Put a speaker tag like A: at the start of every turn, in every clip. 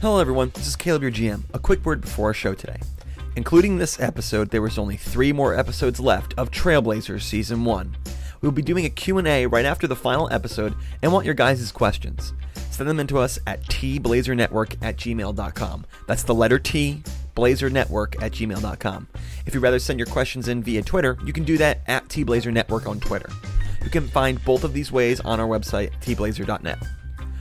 A: Hello, everyone. This is Caleb, your GM. A quick word before our show today. Including this episode, there was only three more episodes left of Trailblazers Season 1. We will be doing a Q&A right after the final episode and want your guys' questions. Send them in to us at tblazernetwork at gmail.com. That's the letter T, blazernetwork at gmail.com. If you'd rather send your questions in via Twitter, you can do that at tblazernetwork on Twitter. You can find both of these ways on our website, tblazer.net.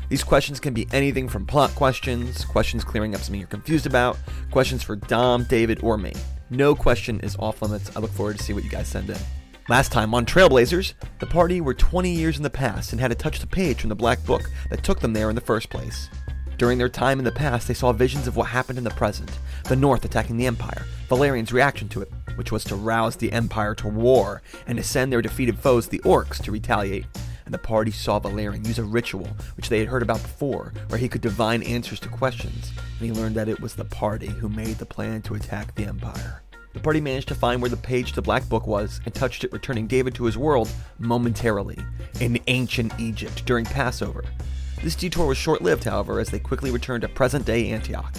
A: These questions can be anything from plot questions, questions clearing up something you're confused about, questions for Dom, David, or me. No question is off limits. I look forward to see what you guys send in. Last time on Trailblazers, the party were 20 years in the past and had to touch the page from the black book that took them there in the first place. During their time in the past, they saw visions of what happened in the present the North attacking the Empire, Valerian's reaction to it, which was to rouse the Empire to war and to send their defeated foes, the Orcs, to retaliate. And the party saw Valerian use a ritual which they had heard about before, where he could divine answers to questions, and he learned that it was the party who made the plan to attack the Empire. The party managed to find where the page to the Black Book was and touched it, returning David to his world momentarily in ancient Egypt during Passover. This detour was short lived, however, as they quickly returned to present day Antioch.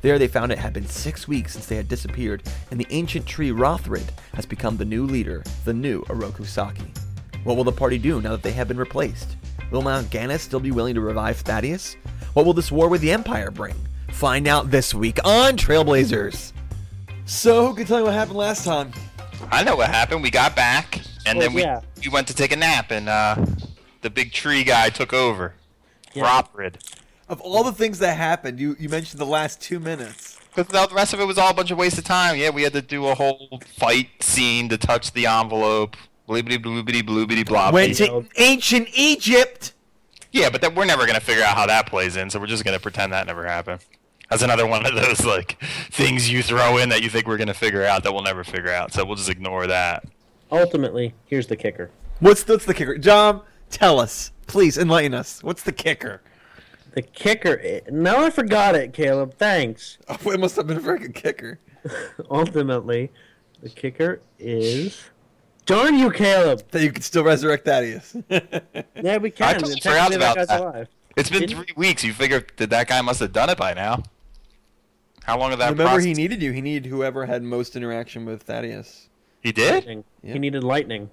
A: There they found it had been six weeks since they had disappeared, and the ancient tree Rothrid has become the new leader, the new Oroku Saki. What will the party do now that they have been replaced? Will Mount Gannis still be willing to revive Thaddeus? What will this war with the Empire bring? Find out this week on Trailblazers. So, who can tell me what happened last time?
B: I know what happened. We got back, and
C: Well,
B: then we
C: yeah.
B: we went to take a nap, and uh, the big tree guy took over.
C: Yeah.
B: Roprid.
A: Of all the things that happened, you, you mentioned the last two minutes.
B: Because the rest of it was all a bunch of waste of time. Yeah, we had to do a whole fight scene to touch the envelope. Bloobity bloobity bloobity blob.
A: Went to ancient Egypt.
B: Yeah, but that, we're never gonna figure out how that plays in, so we're just gonna pretend that never happened. That's another one of those like things you throw in that you think we're gonna figure out that we'll never figure out. So we'll just ignore that.
C: Ultimately, here's the kicker.
A: What's what's the kicker? John, tell us, please enlighten us. What's the kicker?
C: The kicker. i- Now I forgot it, Caleb. Thanks.
A: Oh, it must have been a freaking kicker.
C: Ultimately, the kicker is. Darn you, Caleb!
A: That you could still resurrect Thaddeus.
C: Yeah, we can.
B: totally
C: Technically,
B: forgot
C: that
B: about
C: guy's
B: that.
C: alive.
B: It's been
C: Didn't-
B: three weeks. You figure that that guy must have done it by now. How long of that?
A: Remember,
B: process?
A: he needed you. He needed whoever had most interaction with Thaddeus.
B: He did.
C: Lightning.
A: Yeah.
C: He needed lightning.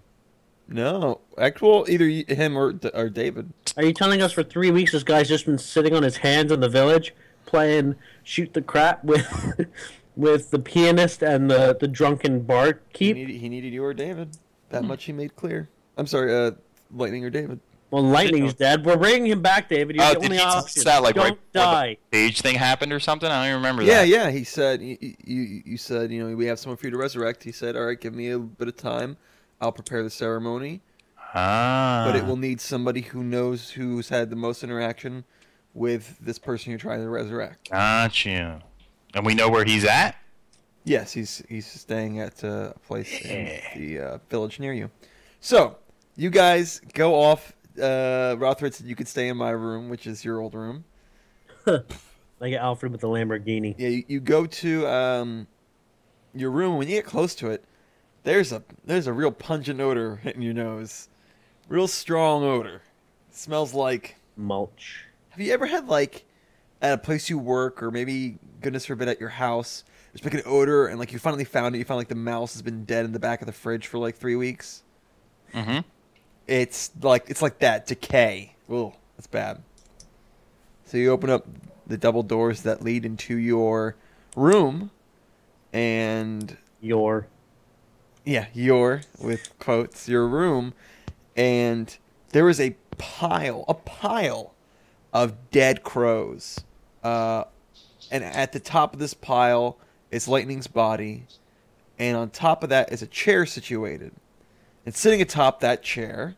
A: No, actual either y- him or D- or David.
C: Are you telling us for three weeks this guy's just been sitting on his hands in the village playing shoot the crap with with the pianist and the, the drunken
A: He
C: barkeep?
A: needed, he needed you or David. That much he made clear. I'm sorry, uh, Lightning or David.
C: well, lightning's dead. We're bringing him back, David. You're
B: Oh,
C: the
B: did
C: only
B: he just
C: option.
B: sound like
C: Don't
B: right before the-
C: die.
B: Age thing happened or something. I don't even remember
A: Yeah,
B: that.
A: yeah. He said you, you you said you know we have someone for you to resurrect. He said, all right, give me a bit of time. I'll prepare the ceremony.
B: Ah.
A: but it will need somebody who knows who's had the most interaction with this person you're trying to resurrect.
B: Got you. And we know where he's at.
A: Yes, he's he's staying at uh, a place in the uh, village near you. So you guys go off. Uh, Rothred said you could stay in my room, which is your old room.
C: Like Alfred with the Lamborghini.
A: Yeah, you, you go to um, your room. When you get close to it, there's a there's a real pungent odor hitting your nose, real strong odor. smells like
C: Mulch.
A: Have you ever had like at a place you work, or maybe goodness forbid at your house, there's like an odor, and like you finally found it. You found like the mouse has been dead in the back of the fridge for like three weeks.
B: Mm-hmm.
A: It's like it's like that decay. Ooh, that's bad. So you open up the double doors that lead into your room, and
C: Your
A: yeah, your with quotes, your room, and there is a pile, a pile of dead crows. Uh, and at the top of this pile is Lightning's body, and on top of that is a chair situated. And sitting atop that chair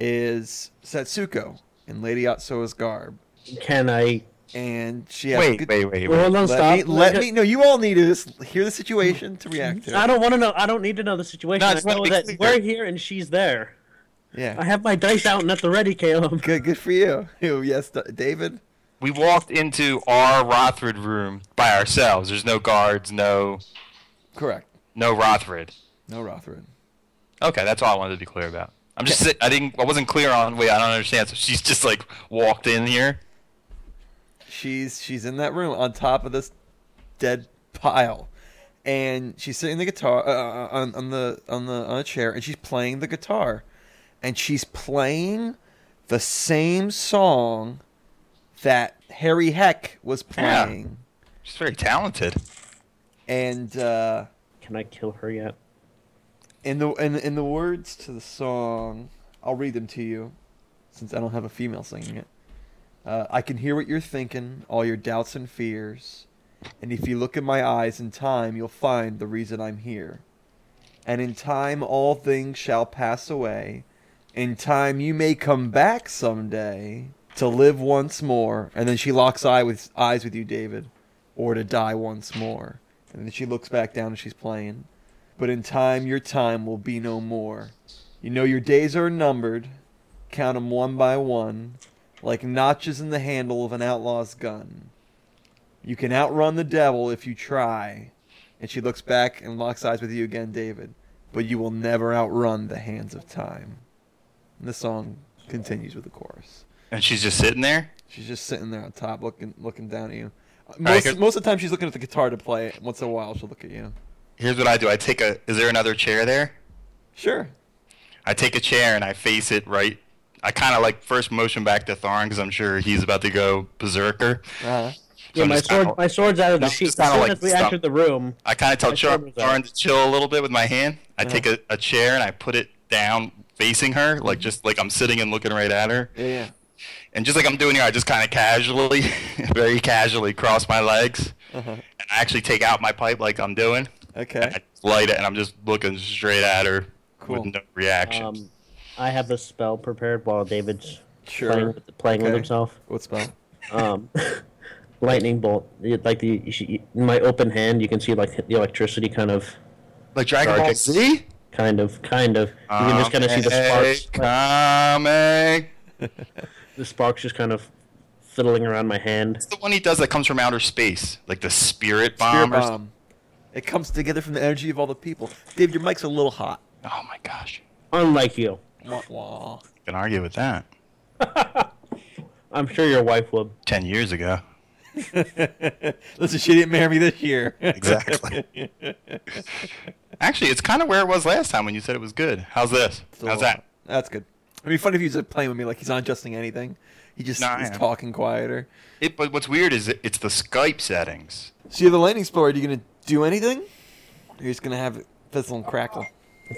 A: is Satsuko in Lady Atsuo's garb.
C: Can I?
A: And she has
B: wait,
A: good-
B: wait, wait,
C: Well,
B: wait.
C: hold on,
A: Let
C: stop.
A: me, let me. No, you all need to s- hear the situation to react to.
C: I
A: It.
C: don't want to know. I don't need to know the situation.
B: No,
C: I
B: it's gotta
C: know
B: be
C: that
B: clear.
C: we're here and she's there.
A: Yeah.
C: I have my dice out and at the ready, Caleb.
A: Good, good for you. Ew, Yes, D- David.
B: We walked into our Rothrid room by ourselves. There's no guards, no
A: Correct.
B: no Rothrid.
A: No Rothrin.
B: Okay, that's all I wanted to be clear about. I'm just sit- I didn't I wasn't clear on wait, I don't understand. So she's just like walked in here.
A: she's she's in that room on top of this dead pile, and she's sitting the guitar uh, on on the on the on a chair, and she's playing the guitar, and she's playing the same song that Harry Heck was
B: Yeah.
A: playing,
B: She's very talented.
A: and. uh
C: Can I kill her yet?
A: In the in in the words to the song, I'll read them to you, since I don't have a female singing it. Uh, I can hear what you're thinking, all your doubts and fears, and if you look in my eyes in time, you'll find the reason I'm here. And in time, all things shall pass away. In time, you may come back someday to live once more. And then she locks eye with eyes with you, David, or to die once more. And then she looks back down and she's playing. But in time, your time will be no more. You know your days are numbered. Count 'em one by one, like notches in the handle of an outlaw's gun. You can outrun the devil if you try. And she looks back and locks eyes with you again, David. But you will never outrun the hands of time. And the song continues with the chorus.
B: And she's just sitting there.
A: She's just sitting there on top, looking looking down at you.
B: right,
A: Most,
B: here-
A: most of the time, she's looking at the guitar to play. it. Once in a while, she'll look at you.
B: Here's what I do. I take a. Is there another chair there?
A: Sure.
B: I take a chair and I face it right. I kind of like first motion back to Thorn because I'm sure he's about to go berserker.
A: Uh-huh.
B: So
C: Yeah,
B: I'm
C: my
B: just
C: sword,
B: kinda-
C: my sword's out of the
B: No,
C: sheath.
B: just
C: As
B: kinda
C: soon
B: like
C: as we
B: stop.
C: entered the room,
B: I kind of tell
C: my
B: Char-
C: sword was out. Uh-huh.
B: Thorn to chill a little bit with my hand. I take a, a chair and I put it down facing her, like just like I'm sitting and looking right at her.
A: Yeah, yeah.
B: And just like I'm doing here, I just kind of casually, very casually cross my legs
C: Uh.
A: Uh-huh.
B: and I actually take out my pipe like I'm doing.
A: Okay.
B: I light it and I'm just looking straight at her
A: Cool.
B: with no reaction.
C: um, I have a spell prepared while David's playing,
A: Sure.
C: with- playing with
A: Okay.
C: himself.
A: What spell?
C: Um, lightning bolt. You- Like the you should- in my open hand, you can see like the electricity kind of,
B: like Dragon Ball
C: Dark-
B: Z?
C: kind of, kind of. You can just kind of see the sparks. like,
B: Comic.
C: the sparks just kind of fiddling around my hand.
B: It's the one he does that comes from outer space, like the
A: Spirit
B: spirit bomb. or something.
A: bomb. It comes together from the energy of all the people. Dave, your mic's a little hot.
B: Oh my gosh.
C: Unlike you,
A: Wah, wah.
B: Can argue with that.
C: I'm sure your wife would.
B: Ten years ago.
A: Listen, she didn't marry me this year.
B: Exactly. Actually, it's kind of where it was last time when you said it was good. How's this?
A: So,
B: How's that?
A: That's good. It'd be fun if he was playing with me like he's not adjusting anything. He just
B: Nah, I
A: is
B: am.
A: talking quieter.
B: It, but what's weird is it, it's the Skype settings.
A: So you have the lightning spell. Are you gonna do anything? You're just gonna have it fizzle and crackle.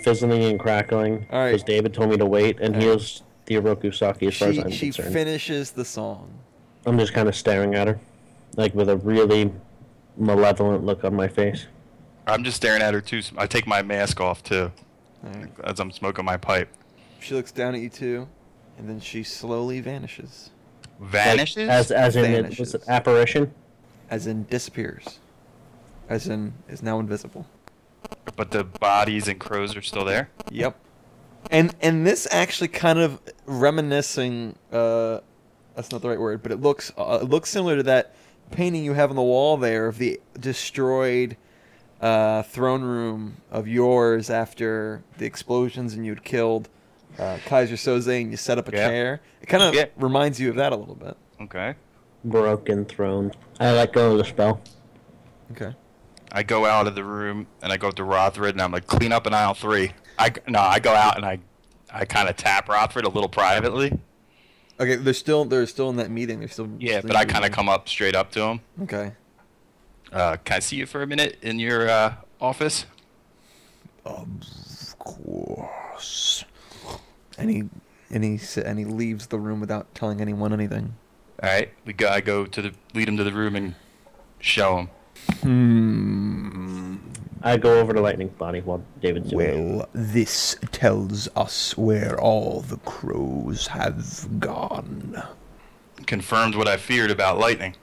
C: fizzling and crackling.
A: All right.
C: Because David told me to wait, and he was the Oroku Saki as far as
A: She
C: I'm
A: she
C: concerned.
A: finishes the song.
C: I'm just kind of staring at her, like with a really malevolent look on my face.
B: I'm just staring at her too. I take my mask off too
A: All right.
B: as I'm smoking my pipe.
A: She looks down at you too, and then she slowly vanishes,
C: Like,
B: Vanishes.
C: as as in it was an
A: Vanishes.
C: apparition.
A: as in disappears, as in is now invisible.
B: but the bodies and crows are still there.
A: Yep. And and this actually kind of reminiscing uh that's not the right word, but it looks uh, it looks similar to that painting you have on the wall there of the destroyed uh, throne room of yours after the explosions and you'd killed uh, Kaiser Soze and you set up a
B: Yeah.
A: chair. It kind of
B: Yeah.
A: reminds you of that a little bit.
B: Okay.
C: Broken throne. I let go of the spell.
A: Okay.
B: I go out of the room and I go up to Rothred and I'm like, clean up in aisle three. I no, I go out and I, I kind of tap Rothred a little privately.
A: Okay, they're still they're still in that meeting. They're still
B: Yeah,
A: still
B: but I
A: meeting.
B: kind of come up straight up to him.
A: Okay.
B: Uh, can I see you for a minute in your uh, office?
A: Of course. And he and he s- and he leaves the room without telling anyone anything.
B: All right. We go. I go to the lead him to the room and show him.
C: I go over to Lightning's body while David's doing it.
A: Well, this tells us where all the crows have gone.
B: Confirmed what I feared about lightning.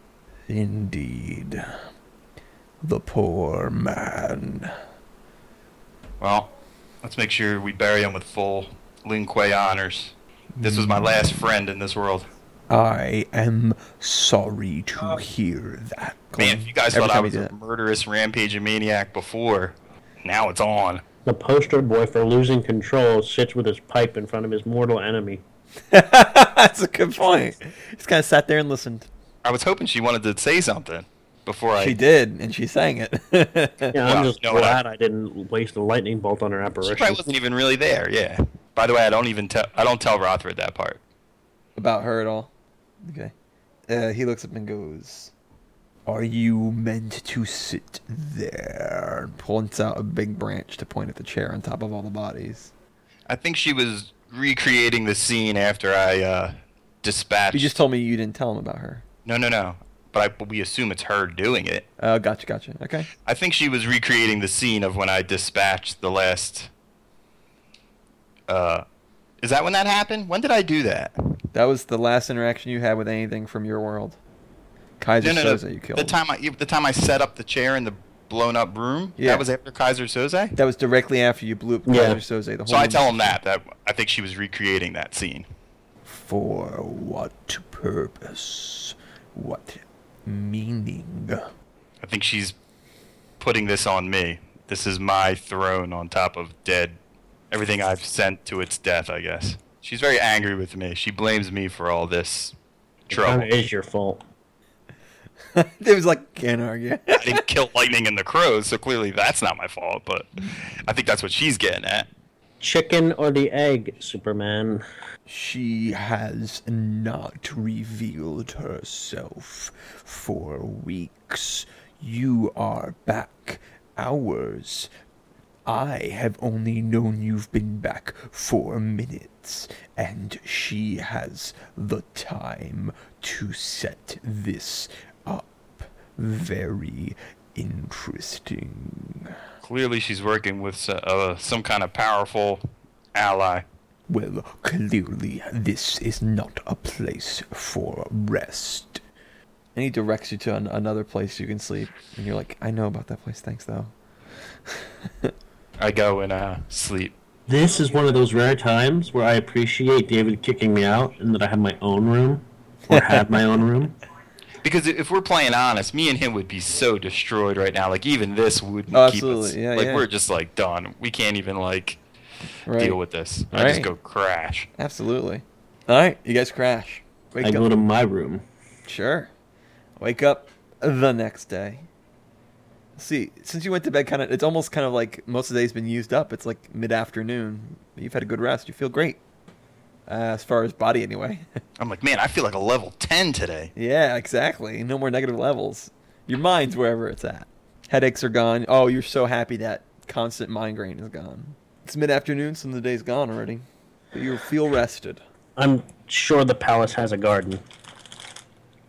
A: Indeed. The poor man.
B: Well, let's make sure we bury him with full Lin Kuei honors. This was my
A: Mm.
B: last friend in this world.
A: I am sorry to hear that.
B: Man, if you guys
A: Every
B: thought I
A: time he
B: was
A: did
B: a
A: it.
B: murderous rampaging maniac before, now it's on.
C: The poster boy for losing control sits with his pipe in front of his mortal enemy.
A: That's a good point. He's kind of sat there and listened.
B: I was hoping she wanted to say something before I.
A: She did, and she sang it.
C: Yeah,
B: Well,
C: I'm just
B: no,
C: glad I didn't waste a lightning bolt on her
B: She
C: apparition.
B: probably wasn't even really there. Yeah. By the way, I don't even tell. I don't tell Rothred that part.
A: About her at all. Okay. Uh, he looks up and goes, Are you meant to sit there? And points out a big branch to point at the chair on top of all the bodies.
B: I think she was recreating the scene after I uh, dispatched.
A: You just told me you didn't tell him about her.
B: no, no, no. But, I, but we assume it's her doing it.
A: Oh, gotcha, gotcha. Okay.
B: I think she was recreating the scene of when I dispatched the last. Uh, is that when that happened? When did I do that?
A: That was the last interaction you had with anything from your world. Kaiser Soze you killed.
B: The time I the time I set up the chair in the blown up room.
A: Yeah.
B: That was after Kaiser Soze.
A: that was directly after you blew up
C: Yeah.
A: Kaiser Soze. The whole
B: So I tell him that that I think she was recreating that scene.
A: For what purpose? What meaning?
B: I think she's putting this on me. This is my throne on top of dead everything I've sent to its death, I guess. She's very angry with me. She blames me for all this trouble.
C: Kinda is your fault.
A: it was like, can't argue.
B: I didn't kill lightning and the crows, so clearly that's not my fault, but I think that's what she's getting at.
C: Chicken or the egg, Superman?
A: She has not revealed herself for weeks. You are back. Hours. I have only known you've been back for minutes, and she has the time to set this up. Very interesting.
B: Clearly she's working with so- uh, some kind of powerful ally.
A: Well, clearly, this is not a place for rest. And he directs you to an- another place you can sleep. And you're like, I know about that place, thanks, though.
B: I go and uh, sleep.
C: This is one of those rare times where I appreciate David kicking me out and that I have my own room or had my own room.
B: Because i- if we're playing honest, me and him would be so destroyed right now. Like even this wouldn't
A: Oh,
B: keep us.
A: absolutely. Yeah,
B: like
A: yeah.
B: we're just like done. We can't even like
A: Right.
B: deal with this. I just
A: Right.
B: go crash.
A: Absolutely. All right, you guys crash. Wake
C: I
A: up.
C: go to my room.
A: Sure. Wake up the next day. See, since you went to bed, kind of, it's almost kind of like most of the day's been used up. It's like mid afternoon. You've had a good rest. You feel great. Uh, as far as body, anyway.
B: I'm like, man, I feel like a level ten today.
A: Yeah, exactly. No more negative levels. Your mind's wherever it's at. Headaches are gone. Oh, you're so happy that constant migraine is gone. It's mid afternoon, some of the day's gone already. But you feel rested.
C: I'm sure the palace has a garden.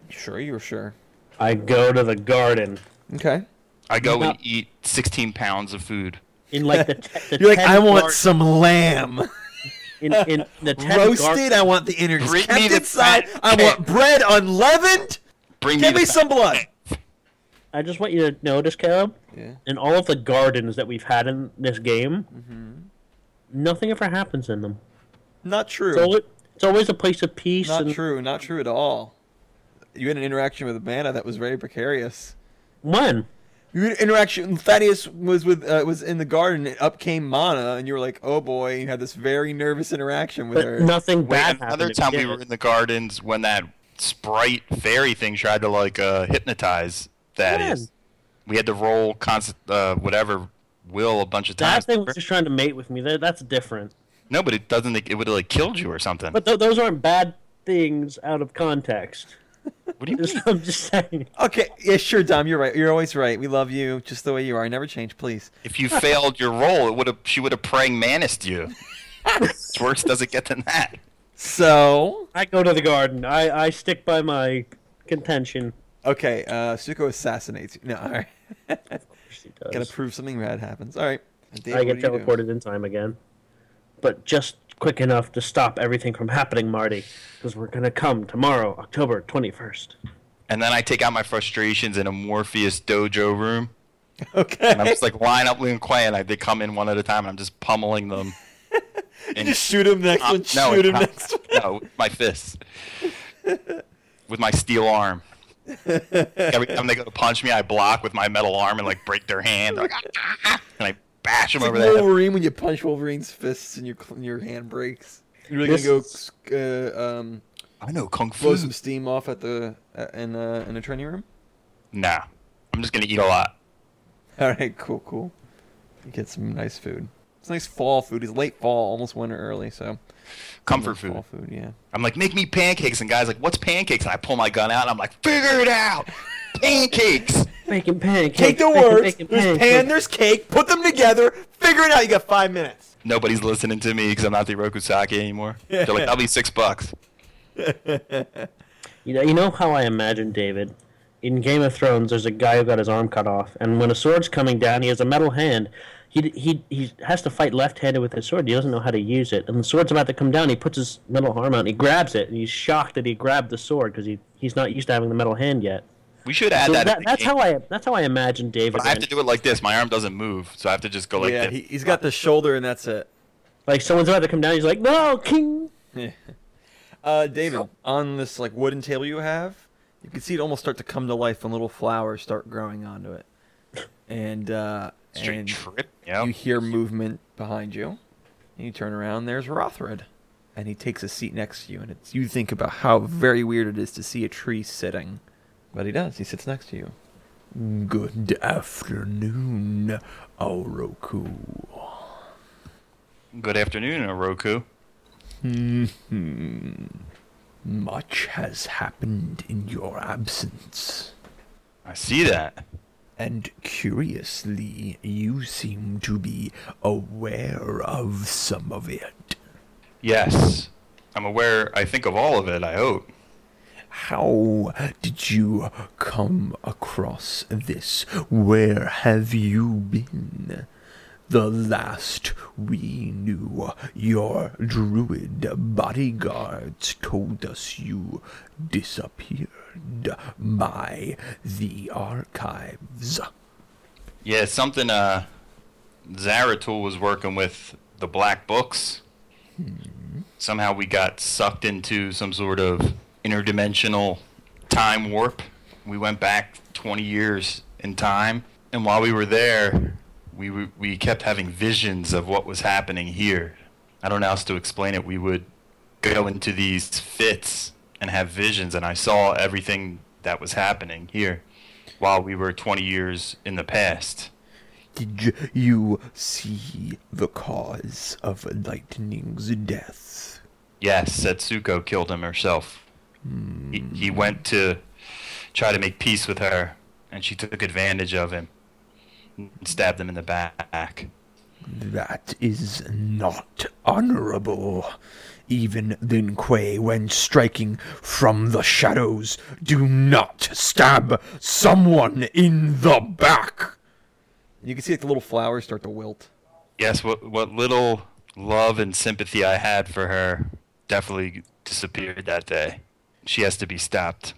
A: Sure, you're sure.
C: I go to the garden
A: Okay.
B: I go
C: Yeah.
B: and eat 16 pounds of food.
C: in like the, te- the
A: You're like,
C: tent
A: I want
C: gar-
A: some lamb.
C: in, in the tent gar-
A: Roasted, I want the innards
B: Bring
A: kept
B: me the
A: inside.
B: fat
A: I want
B: pig.
A: bread unleavened.
B: Bring
A: Give
B: me,
A: me
B: the
A: some blood.
C: I just want you to notice, Caleb,
A: Yeah.
C: in all of the gardens that we've had in this game, nothing ever happens in them.
A: Not true.
C: It's always, it's always a place of peace.
A: Not
C: and
A: true. Not true at all. You had an interaction with Amanda that was very precarious.
C: When?
A: Your interaction. Thaddeus was with uh, was in the garden. And up came Mana, and you were like, "Oh boy!" You had this very nervous interaction with
C: But
A: her.
C: nothing
B: Wait,
C: bad happened.
B: another
C: to
B: time we
C: begin
B: were
C: with.
B: in the gardens when that sprite fairy thing tried to like uh, hypnotize Thaddeus.
C: When?
B: We had to roll constant, uh, whatever will a bunch of
C: That
B: times.
C: thing was just trying to mate with me. That, that's different.
B: No, but it doesn't. It would have like killed you or something.
C: But th- those aren't bad things out of context.
B: what do you mean?
C: I'm just saying.
A: Okay, yeah, sure, Dom. You're right. You're always right. We love you just the way you are. Never change, please.
B: If you failed your role, it would have. She would have praying mantised you. it's worse does it get than that.
A: So,
C: I go to the garden. I, I stick by my contention.
A: okay, uh, Suko assassinates you. No, all right.
C: She does.
A: Gotta prove something bad happens. All right. Dave,
C: I
A: what
C: get
A: do you do?
C: teleported in time again, but just quick enough to stop everything from happening, Marty, because we're gonna come tomorrow, October twenty first.
B: And then I take out my frustrations in a Morpheus dojo room.
A: Okay.
B: And I'm just like line up Liam Quay, and I, they come in one at a time, and I'm just pummeling them.
A: you
B: and-
A: just shoot him next
B: Uh,
A: one. Shoot him
B: not-
A: next one.
B: No, with my fists. with my steel arm. Every time they go to punch me, I block with my metal arm and like break their hand. They're like, "Ah!" and I bash them
A: It's
B: over
A: like
B: the head.
A: Wolverine when you punch Wolverine's fists and your cl- your hand breaks. You're really
C: This-
A: gonna go uh, um,
B: I know kung fu.
A: blow some steam off at the uh, in uh, in the training room.
B: Nah, I'm just gonna eat a lot.
A: All right, cool, cool. Get some nice food. It's nice fall food. It's late fall, almost winter early, so
B: Comfort
A: fall
B: food.
A: food. Yeah,
B: I'm like, make me pancakes, and guys like, what's pancakes? And I pull my gun out, and I'm like, figure it out. pancakes.
C: Bacon pancakes.
A: take the
C: bacon,
A: words.
C: bacon
A: There's
C: pancakes.
A: pan. There's cake. Put them together. Figure it out. You got five minutes.
B: Nobody's listening to me because I'm not the Rokusaki anymore. They're like, that'll be six bucks.
C: You know, you know how I imagine David. In Game of Thrones, there's a guy who got his arm cut off, and when a sword's coming down, he has a metal hand. He he he has to fight left-handed with his sword. He doesn't know how to use it, and the sword's about to come down. He puts his metal arm out, and he grabs it, and he's shocked that he grabbed the sword because he he's not used to having the metal hand yet.
B: We should add
C: So
B: that.
C: that,
B: in the
C: that's
B: game.
C: how I that's how I imagine David.
B: But I have to do it like this. My arm doesn't move, so I have to just go like
A: yeah,
B: this.
A: he, he's got the shoulder, and that's it.
C: like someone's about to come down, he's like, "No, king."
A: Uh, David, on this like wooden table you have, you can see it almost start to come to life, and little flowers start growing onto it, and uh,
B: Straight
A: and
B: trip. Yeah.
A: you hear movement behind you. And you turn around, there's Rothred, and he takes a seat next to you, and it's you think about how very weird it is to see a tree sitting, but he does. He sits next to you. Good afternoon, Oroku.
B: Good afternoon, uh, Roku.
A: Much has happened in your absence.
B: I see that.
A: And curiously, you seem to be aware of some of it.
B: Yes. I'm aware, I think, of all of it, I hope.
A: How did you come across this? Where have you been? The last we knew, your druid bodyguards told us you disappeared by the archives.
B: Yeah, it's something uh, Zaratul was working with the Black Books. Somehow we got sucked into some sort of interdimensional time warp. We went back 20 years in time, and while we were there, we w- we kept having visions of what was happening here. I don't know how else to explain it. We would go into these fits and have visions, and I saw everything that was happening here while we were 20 years in the past.
A: Did you see the cause of Lightning's death?
B: Yes, Setsuko killed him herself. He, he went to try to make peace with her, and she took advantage of him and stabbed him in the back.
A: That is not honorable. Even Lin Kuei, when striking from the shadows, do not stab someone in the back. You can see like, the little flowers start to wilt.
B: Yes, what, what little love and sympathy I had for her definitely disappeared that day. She has to be stopped.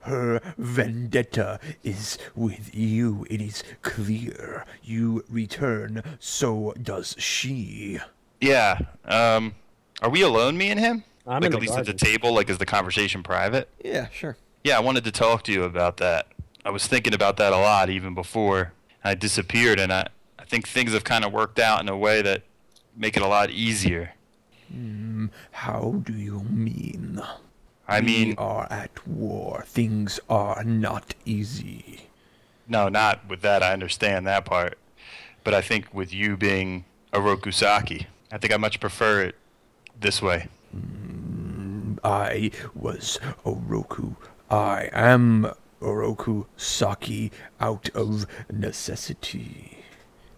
A: Her vendetta is with you. It is clear. You return, so does she.
B: Yeah. Um, are we alone, me and him?
C: I'm
B: like at
C: in the
B: least at
C: garden.
B: the table. Like, is the conversation private?
A: Yeah, sure.
B: Yeah, I wanted to talk to you about that. I was thinking about that a lot even before I disappeared, and I, I think things have kind of worked out in a way that make it a lot easier.
A: How do you mean?
B: I
A: we
B: mean,
A: are at war. Things are not easy.
B: no, not with that. I understand that part. But I think with you being a Rokusaki, I think I much prefer it this way.
A: I was Oroku. I am Oroku Saki out of necessity.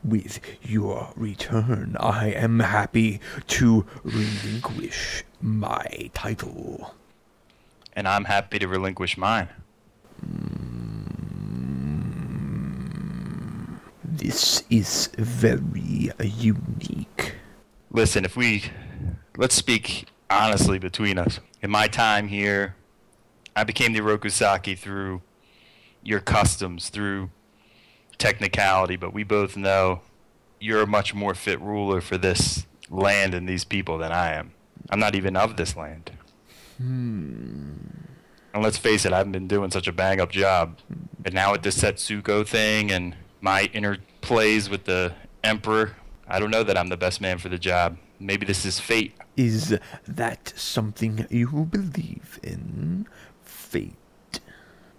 A: With your return, I am happy to relinquish my title.
B: And I'm happy to relinquish mine.
A: This is very unique.
B: Listen, if we let's speak honestly between us. In my time here, I became the Rokusaki through your customs, through technicality, but we both know you're a much more fit ruler for this land and these people than I am. I'm not even of this land. And let's face it, I've been doing such a bang up job. And now with this Setsuko thing and my interplays with the Emperor, I don't know that I'm the best man for the job. Maybe this is fate.
D: Is that something you believe in? Fate.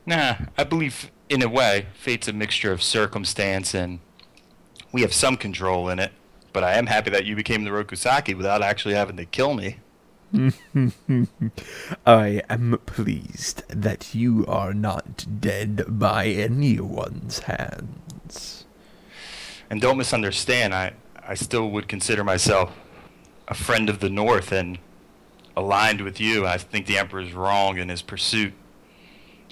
B: Nah, I believe in a way, fate's a mixture of circumstance and we have some control in it. But I am happy that you became the Rokusaki without actually having to kill me.
D: I am pleased that you are not dead by anyone's hands.
B: And don't misunderstand, I, I still would consider myself a friend of the North and aligned with you. I think the Emperor's wrong in his pursuit.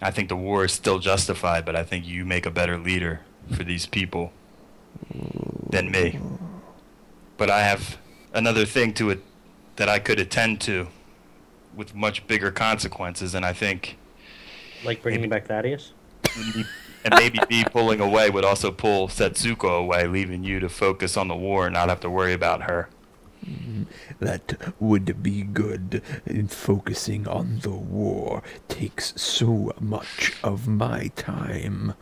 B: I think the war is still justified, but I think you make a better leader for these people than me. But I have another thing to it that I could attend to with much bigger consequences, and I think
C: Like bringing back Thaddeus?
B: and maybe me pulling away would also pull Setsuko away, leaving you to focus on the war and not have to worry about her.
D: That would be good. In focusing on the war takes so much of my time.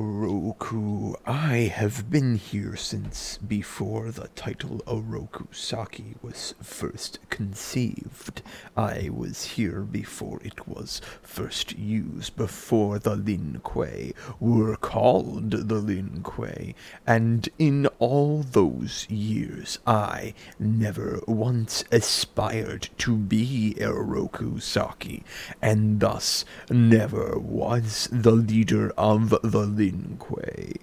D: Oroku, I have been here since before the title Oroku Saki was first conceived. I was here before it was first used, before the Lin Kuei were called the Lin Kuei, and in all those years I never once aspired to be Oroku Saki, and thus never was the leader of the Lin Kuei.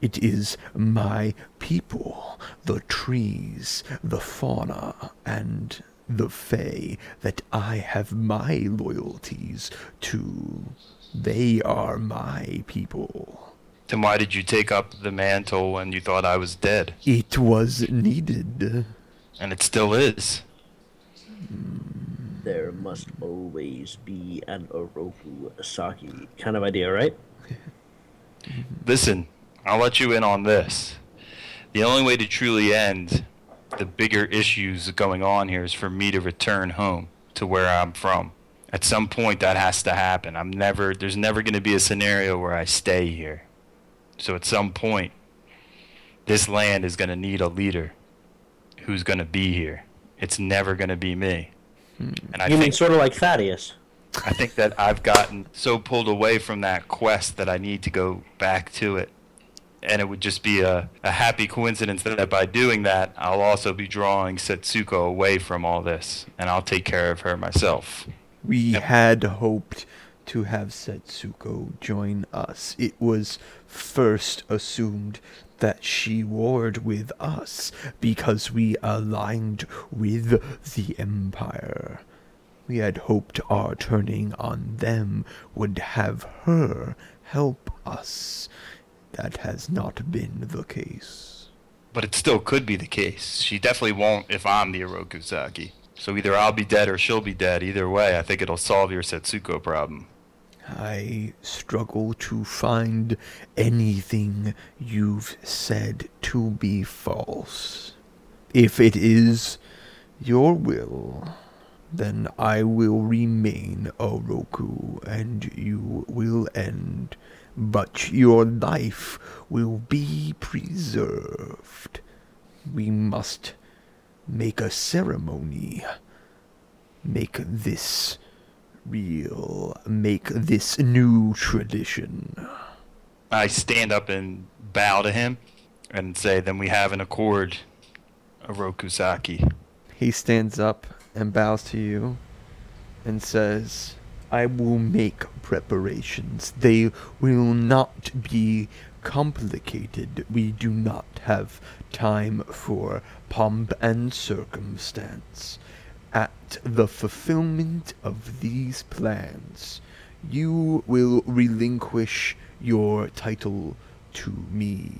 D: It is my people, the trees, the fauna, and the Fae that I have my loyalties to. They are my people.
B: Then why did you take up the mantle when you thought I was dead?
D: It was needed.
B: And it still is.
C: There must always be an Oroku Saki kind of idea, right?
B: Listen, I'll let you in on this. The only way to truly end the bigger issues going on here is for me to return home to where I'm from. At some point, that has to happen. I'm never, there's never going to be a scenario where I stay here. So at some point, this land is going to need a leader who's going to be here. It's never going to be me. And I
C: Hmm. you mean sort of like Thaddeus?
B: I think that I've gotten so pulled away from that quest that I need to go back to it. And it would just be a, a happy coincidence that by doing that, I'll also be drawing Setsuko away from all this, and I'll take care of her myself.
D: We had hoped to have Setsuko join us. It was first assumed that she warred with us because we aligned with the Empire. We had hoped our turning on them would have her help us. That has not been the case.
B: But it still could be the case. She definitely won't if I'm the Orokuzaki. So either I'll be dead or she'll be dead. Either way, I think it'll solve your Setsuko problem.
D: I struggle to find anything you've said to be false. If it is your will, then I will remain Oroku and you will end, but your life will be preserved. We must make a ceremony. Make this real. Make this new tradition.
B: I stand up and bow to him and say, then we have an accord, Orokuzaki.
D: He stands up and bows to you and says, I will make preparations. They will not be complicated. We do not have time for pomp and circumstance. At the fulfillment of these plans, you will relinquish your title to me.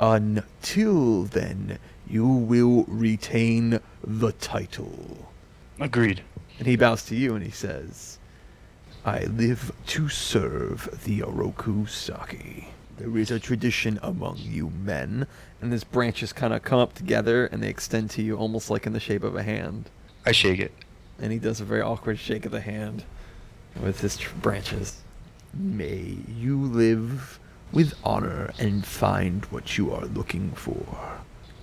D: Until then, you will retain the title.
B: Agreed.
D: And he bows to you and he says, I live to serve the Oroku Saki. There is a tradition among you men, and these branches kind of come up together and they extend to you almost like in the shape of a hand.
B: I shake it.
D: And he does a very awkward shake of the hand with his tr- branches. May you live with honor and find what you are looking for.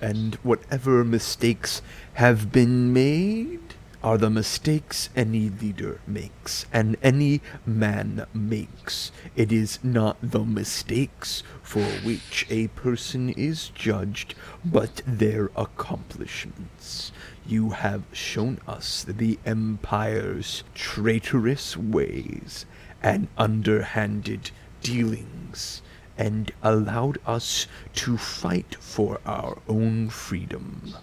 A: and whatever mistakes have been made are the mistakes any leader makes and any man makes. It is not the mistakes for which a person is judged, but their accomplishments. You have shown us the Empire's traitorous ways and underhanded dealings and allowed us to fight for our own freedom.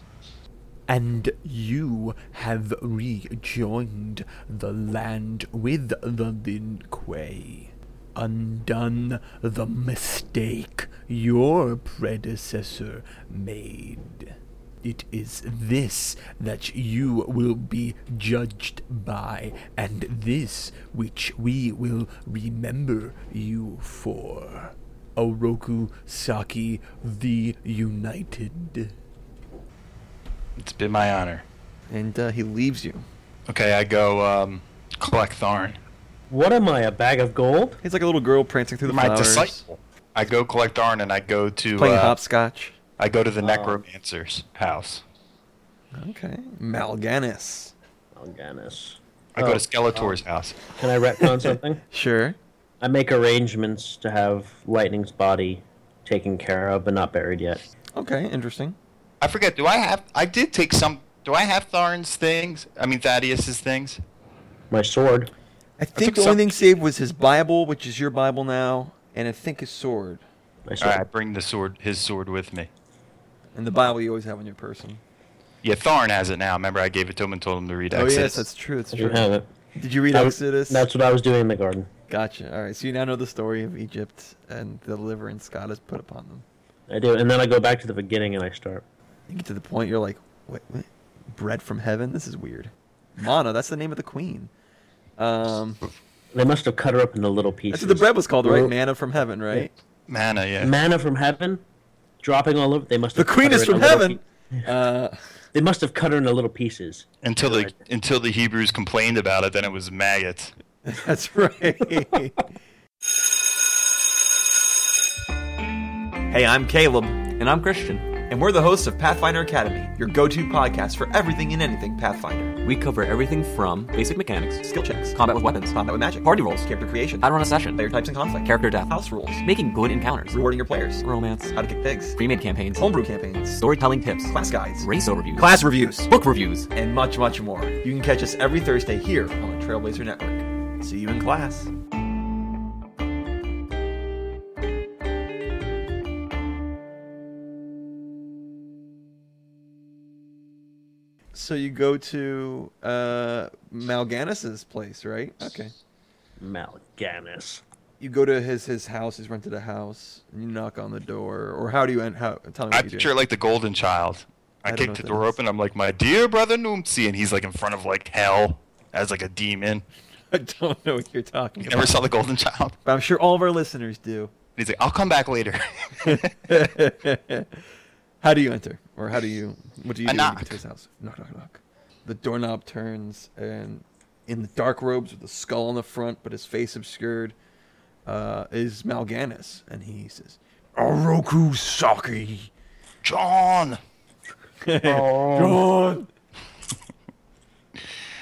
A: And you have rejoined the land with the Lin Kuei, undone the mistake your predecessor made. It is this that you will be judged by, and this which we will remember you for. Oroku Saki the United.
B: It's been my honor.
A: And uh, he leaves you.
B: Okay, I go um, collect Tharn.
C: What am I, a bag of gold?
A: He's like a little girl prancing through the
B: My
A: flowers,
B: disciple. I go collect Tharn and I go to
A: playing
B: uh,
A: hopscotch.
B: I go to the
C: Oh.
B: necromancer's house.
A: Okay, Malganis.
C: Malganis.
B: I
C: Oh,
B: go to Skeletor's house.
C: Can I retcon something?
A: Sure.
C: I make arrangements to have Lightning's body taken care of, but not buried yet.
A: Okay, interesting.
B: I forget. Do I have? I did take some. Do I have Tharn's things? I mean Thaddeus's things.
C: My sword.
A: I think
B: took
A: the only
B: some-
A: thing saved was his Bible, which is your Bible now, and I think his sword.
C: My
B: All
C: sword.
B: right, I bring the sword, his sword, with me.
A: And the Bible you always have on your person.
B: Yeah, Tharn has it now. Remember, I gave it to him and told him to read Exodus.
A: Oh yes, that's true. That's
C: I do
A: true.
C: have it.
A: Did you read
C: That was-
A: Exodus?
C: That's what I was doing in the garden.
A: Gotcha. All right, so you now know the story of Egypt and the deliverance God has put upon them.
C: I do, and then I go back to the beginning and I start.
A: You get to the point you're like, what? what? Bread from heaven? This is weird. Mana, that's the name of the queen. Um,
C: They must have cut her up into little pieces.
A: that's what the bread was called, right?
C: Well-
A: Manna from heaven, right?
B: Mana, yeah.
C: Manna from heaven, dropping all over. They must.
A: The
C: Have
A: queen
C: cut her
A: is
C: into
A: from
C: little
A: heaven.
C: pie-
A: Uh,
C: they must have cut her into little pieces.
B: until the until the Hebrews complained about it, then it was maggots.
A: that's right. Hey, I'm Caleb. And I'm Christian. And we're the hosts of Pathfinder Academy, your go to podcast for everything and anything Pathfinder.
E: We cover everything from basic mechanics,
A: Skill checks,
E: combat with weapons,
A: combat with magic,
E: party rolls,
A: character creation,
E: how to run a session,
A: player types and conflict,
E: character death,
A: house rules,
E: making good encounters,
A: rewarding your players,
E: romance,
A: how to kick pigs,
E: pre-made campaigns,
A: homebrew campaigns,
E: storytelling tips,
A: class guides,
E: race overviews,
A: class reviews,
E: book reviews.
A: and much, much more. You can catch us every Thursday here on the Trailblazer Network. See you in class. So you go to uh, Malganis's place, right? Okay.
C: Malganis.
A: You go to his his house. He's rented a house. And you knock on the door, or how do you end? How tell me what
B: I
A: you do.
B: picture it like the golden child.
A: I
B: I,
A: don't know
B: kick
A: what
B: the
A: that
B: door
A: is.
B: open. I'm like, my dear brother Noomsi, and he's like in front of like hell as like a demon.
A: I don't know what you're talking
B: You
A: about,
B: never saw the golden child.
A: but I'm sure all of our listeners do.
B: And he's like, I'll come back later.
A: how do you enter, or how do you? What do you
B: I
A: do when you
B: knock.
A: get to his house? Knock, knock, knock. The doorknob turns, and in the dark robes with the skull on the front, but his face obscured, uh, is Malganis, and he says, "Oroku Saki,
B: John.
A: John,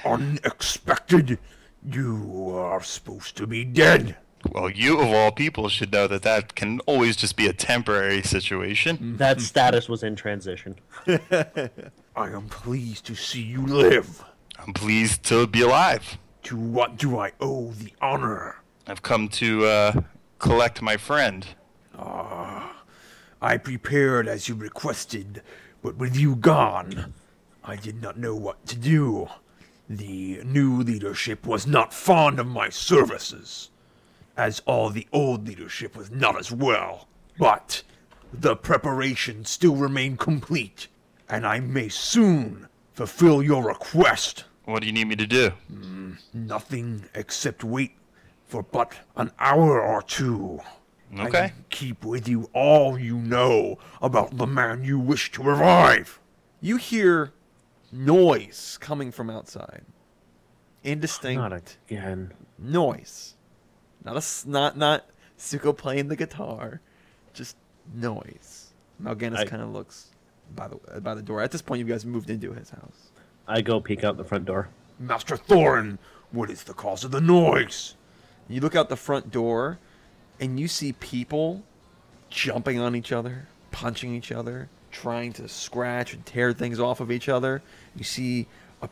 A: unexpected. You are supposed to be dead."
B: Well, you of all people should know that that can always just be a temporary
A: Mm.
B: situation.
C: That status was in transition.
A: I am pleased to see you live.
B: I'm pleased to be alive.
A: To what do I owe the honor?
B: I've come to uh, collect my friend.
A: I prepared as you requested, but with you gone, I did not know what to do. The new leadership was not fond of my services, as all the old leadership was not as well. But the preparations still remain complete, and I may soon fulfill your request.
B: What do you need me to do?
A: Nothing except wait for but an hour or two. Mm. I
B: Okay.
A: keep with you all you know about the man you wish to revive. You hear noise coming from outside. Indistinct
C: Not again.
A: noise. Not a s- not not Suko playing the guitar. Just noise. Malganis
C: I-
A: kind of looks. by the by the door. At this point, you guys moved into his house.
C: I go peek out the front door.
A: Master Thorin, what is the cause of the noise? You look out the front door, and you see people jumping on each other, punching each other, trying to scratch and tear things off of each other. You see a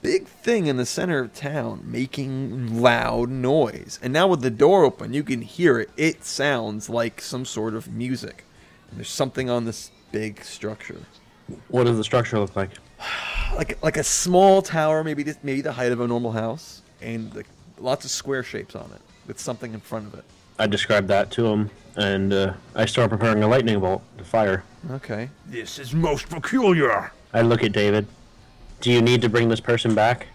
A: big thing in the center of town making loud noise. And now with the door open, you can hear it. It sounds like some sort of music. And there's something on this big structure
C: What does the structure look like?
A: like like a small tower, maybe this, maybe the height of a normal house, and the, lots of square shapes on it with something in front of it.
C: I describe that to him, and uh, I start preparing a lightning bolt to fire.
A: Okay.
D: This is most peculiar.
C: I look at David. Do you need to bring this person back?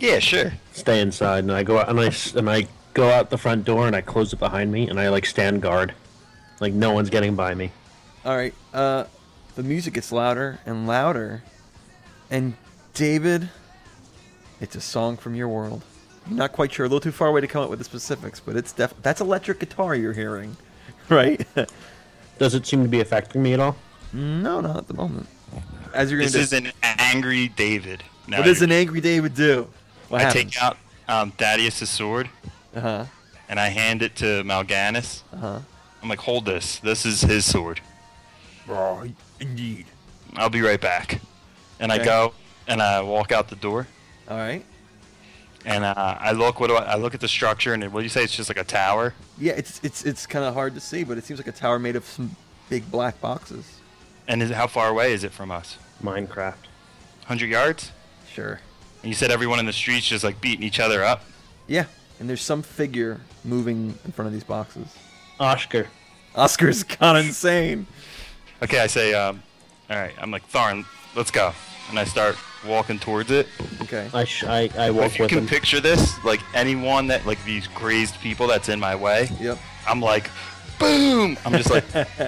B: Yeah, sure.
C: Stay inside, and I go out and I s- and I go out the front door and I close it behind me, and I like stand guard, like no one's getting by me.
A: All right. Uh, the music gets louder and louder, and David, it's a song from your world. I'm not quite sure. A little too far away to come up with the specifics, but it's def- that's electric guitar you're hearing, right?
C: Does it seem to be affecting me at all?
A: no, not at the moment. As you're gonna
B: This
A: do-
B: is an angry David. Now
A: what does
B: you're-
A: an angry David do? What
B: I
A: happens?
B: take out um, Thaddeus' sword
A: Uh huh.
B: and I hand it to Mal'Ganis.
A: Uh
C: Uh-huh.
A: huh.
B: I'm like, hold this. This is his sword.
D: Ah, indeed.
B: I'll be right back. And
A: Okay.
B: I go and I walk out the door
A: All right.
B: and uh, I look. What do I, I look at the structure and it, what do you say? It's just like a tower.
A: Yeah, it's it's it's kind of hard to see, but it seems like a tower made of some big black boxes.
B: And is, how far away is it from us?
C: Minecraft.
B: 100 yards?
A: Sure.
B: And you said everyone in the streets just like beating each other up.
A: Yeah, and there's some figure moving in front of these boxes.
C: Oscar.
A: Oscar's gone insane.
B: Okay, I say, um, all right. I'm like, Tharn, let's go. And I start walking towards it.
A: Okay.
C: I sh- I, I walk
B: If you
C: with
B: can
C: him.
B: picture this, like anyone that, like these crazed people that's in my way,
A: Yep.
B: I'm like, boom! I'm just like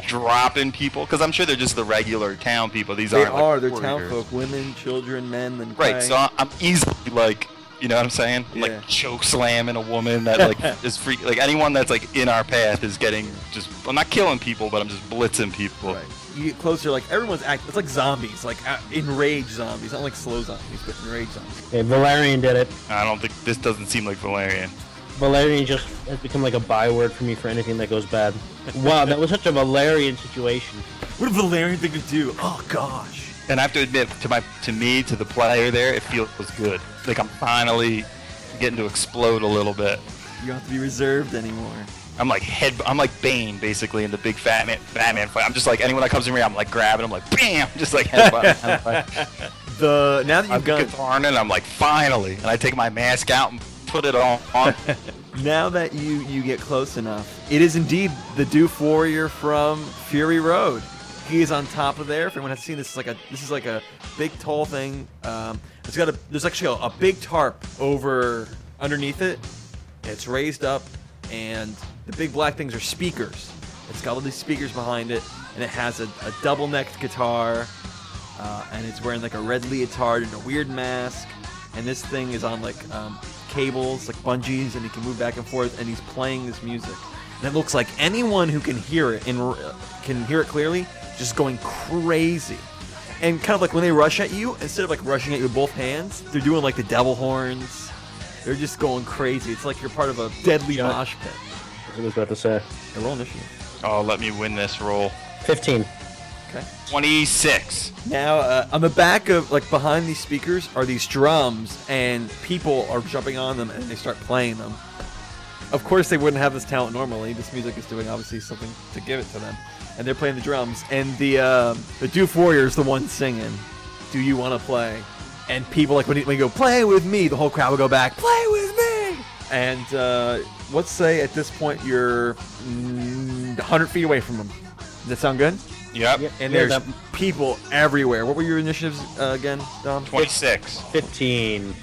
B: dropping people because I'm sure they're just the regular town people. These
A: They
B: aren't, like,
A: are. They're town
B: warriors.
A: folk, women, children, men, and
B: Right.
A: crying.
B: So I- I'm easily like, you know what I'm saying? I'm,
A: Yeah.
B: Like choke slamming a woman that like is free. Like anyone that's like in our path is getting just. I'm not killing people, but I'm just blitzing people.
A: Right. You get closer, like everyone's acting. It's like zombies, like uh, enraged zombies, not like slow zombies, but enraged zombies.
C: Okay, Valerian did it.
B: I don't think this doesn't seem like Valerian.
C: Valerian just has become like a byword for me for anything that goes bad. Wow, that was such a Valerian situation.
A: What a Valerian thing to do! Oh gosh.
B: And I have to admit, to my, to me, to the player there, it feels good. Like I'm finally getting to explode a little bit.
A: You don't have to be reserved anymore.
B: I'm like head. I'm like Bane, basically, in the big fat man, Batman fight. I'm just like anyone that comes in here, I'm like grabbing. I'm like bam, just like headbutt.
A: The now that
B: I'm
A: you've gone,
B: guitar and I'm like finally, and I take my mask out and put it on. on.
A: Now that you you get close enough, it is indeed the Doof Warrior from Fury Road. He is on top of there. If anyone has seen this, it's like a this is like a big tall thing. Um, it's got a there's actually a, a big tarp over underneath it. It's raised up, and the big black things are speakers. It's got all these speakers behind it, and it has a, a double necked guitar, uh, and it's wearing like a red leotard and a weird mask. And this thing is on like um, cables, like bungees, and he can move back and forth. And he's playing this music, and it looks like anyone who can hear it and r- can hear it clearly, just going crazy. And kind of like when they rush at you, instead of like rushing at you with both hands, they're doing like the devil horns. They're just going crazy. It's like you're part of a deadly
C: Yeah.
A: mosh pit.
C: I was about to say.
A: And roll initiative.
B: Oh, let me win this roll.
C: 15.
A: Okay.
B: 26.
A: Now, uh, on the back of, like, behind these speakers are these drums, and people are jumping on them and they start playing them. Of course, they wouldn't have this talent normally. This music is doing, obviously, something to give it to them. And they're playing the drums, and the um the Doof Warrior is the one singing, Do You Want to Play? And people, like, when you, when you go, Play with me, the whole crowd will go back, Play with me! And uh, let's say at this point you're mm, 100 feet away from them. Does that sound good?
B: Yep.
C: Yep.
A: And
C: Yeah,
A: there's
C: that-
A: people everywhere. What were your initiatives uh, again, Dom?
B: 26.
C: 15.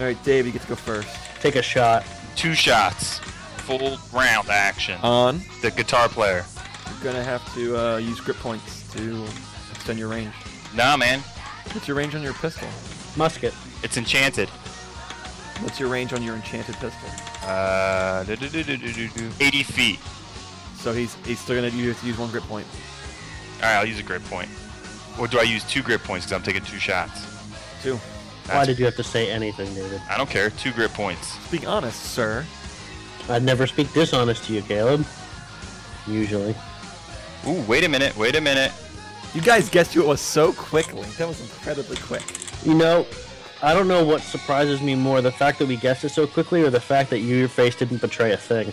A: All right, Dave, you get to go first.
C: Take a shot.
B: Two shots. Full round action.
A: On,
B: the guitar player.
A: you're gonna have to uh, use grip points to extend your range.
B: Nah, man.
A: What's your range on your pistol?
C: Musket.
B: It's enchanted.
A: What's your range on your enchanted pistol?
B: Uh, do-do-do-do-do-do. 80 feet.
A: So he's he's still gonna you have to use one grip point.
B: All right, I'll use a grip point. Or do I use two grit points because I'm taking two shots?
A: Two.
C: Why
B: That's-
C: did you have to say anything, David?
B: I don't care. Two grit points.
A: Be honest, sir.
C: I'd never speak dishonest to you, Caleb. Usually.
B: Ooh, wait a minute. Wait a minute.
A: You guys guessed who it was so quickly. That was incredibly quick.
C: You know, I don't know what surprises me more the fact that we guessed it so quickly or the fact that you, your face didn't betray a thing.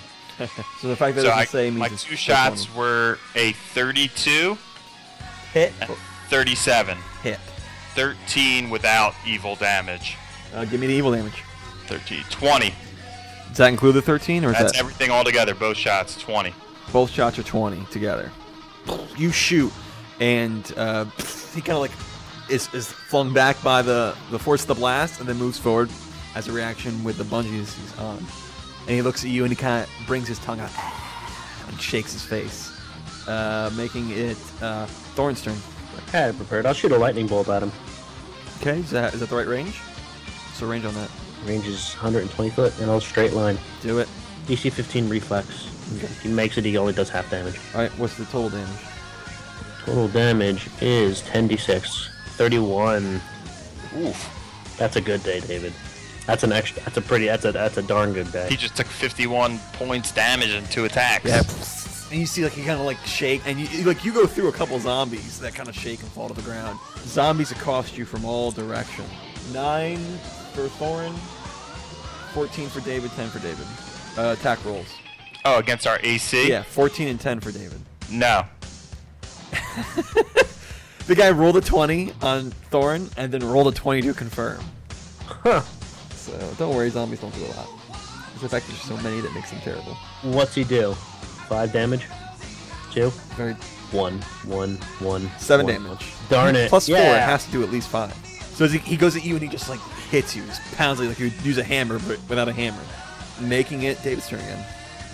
A: So the fact that it
B: So
A: doesn't
B: I,
A: say means
B: my
A: it's
B: two
A: it's
B: shots
A: on
B: were a 32,
A: hit or
B: 37,
A: hit.
B: 13 without evil damage.
A: Uh, give me the evil damage.
B: 13, 20.
A: Does that include the 13, or is
B: That's
A: that
B: everything all together. Both shots, 20.
A: both shots are 20 together? You shoot, and uh, he kind of like is, is flung back by the the force of the blast, and then moves forward as a reaction with the bungees he's on. And he looks at you, and he kind of brings his tongue out and shakes his face, uh, making it uh, Thorn's turn.
C: I had it prepared. I'll shoot a lightning bolt at him.
A: Okay, is that, is that the right range? So range on that.
C: Range is 120 foot and all straight line.
A: Do it.
C: DC 15 reflex. If he makes it, he only does half damage.
A: All right, what's the total damage?
C: Total damage is 10d6. 31.
B: Oof.
C: That's a good day, David. That's an extra. That's a pretty. That's a. That's a darn good day.
B: He just took 51 points damage in two attacks.
A: Yeah. And you see, like, he kind of like shake, and you like you go through a couple zombies that kind of shake and fall to the ground. Zombies accost you from all direction. Nine for Thorin, fourteen for David, ten for David. Uh, attack rolls.
B: Oh, against our AC?
A: Yeah, fourteen and ten for David.
B: No.
A: The guy rolled a twenty on Thorin, and then rolled a twenty to confirm.
C: Huh.
A: So don't worry, zombies don't do a lot. It's the fact there's so many that makes them terrible.
C: What's he do? Five damage. Two.
A: Very
C: One. One. One.
A: seven
C: one.
A: damage.
C: Darn it.
A: Plus four, it
C: Yeah.
A: has to do at least five. So as he, he goes at you and he just like hits you, just pounds you like he would use a hammer, but without a hammer, making it David's turn again.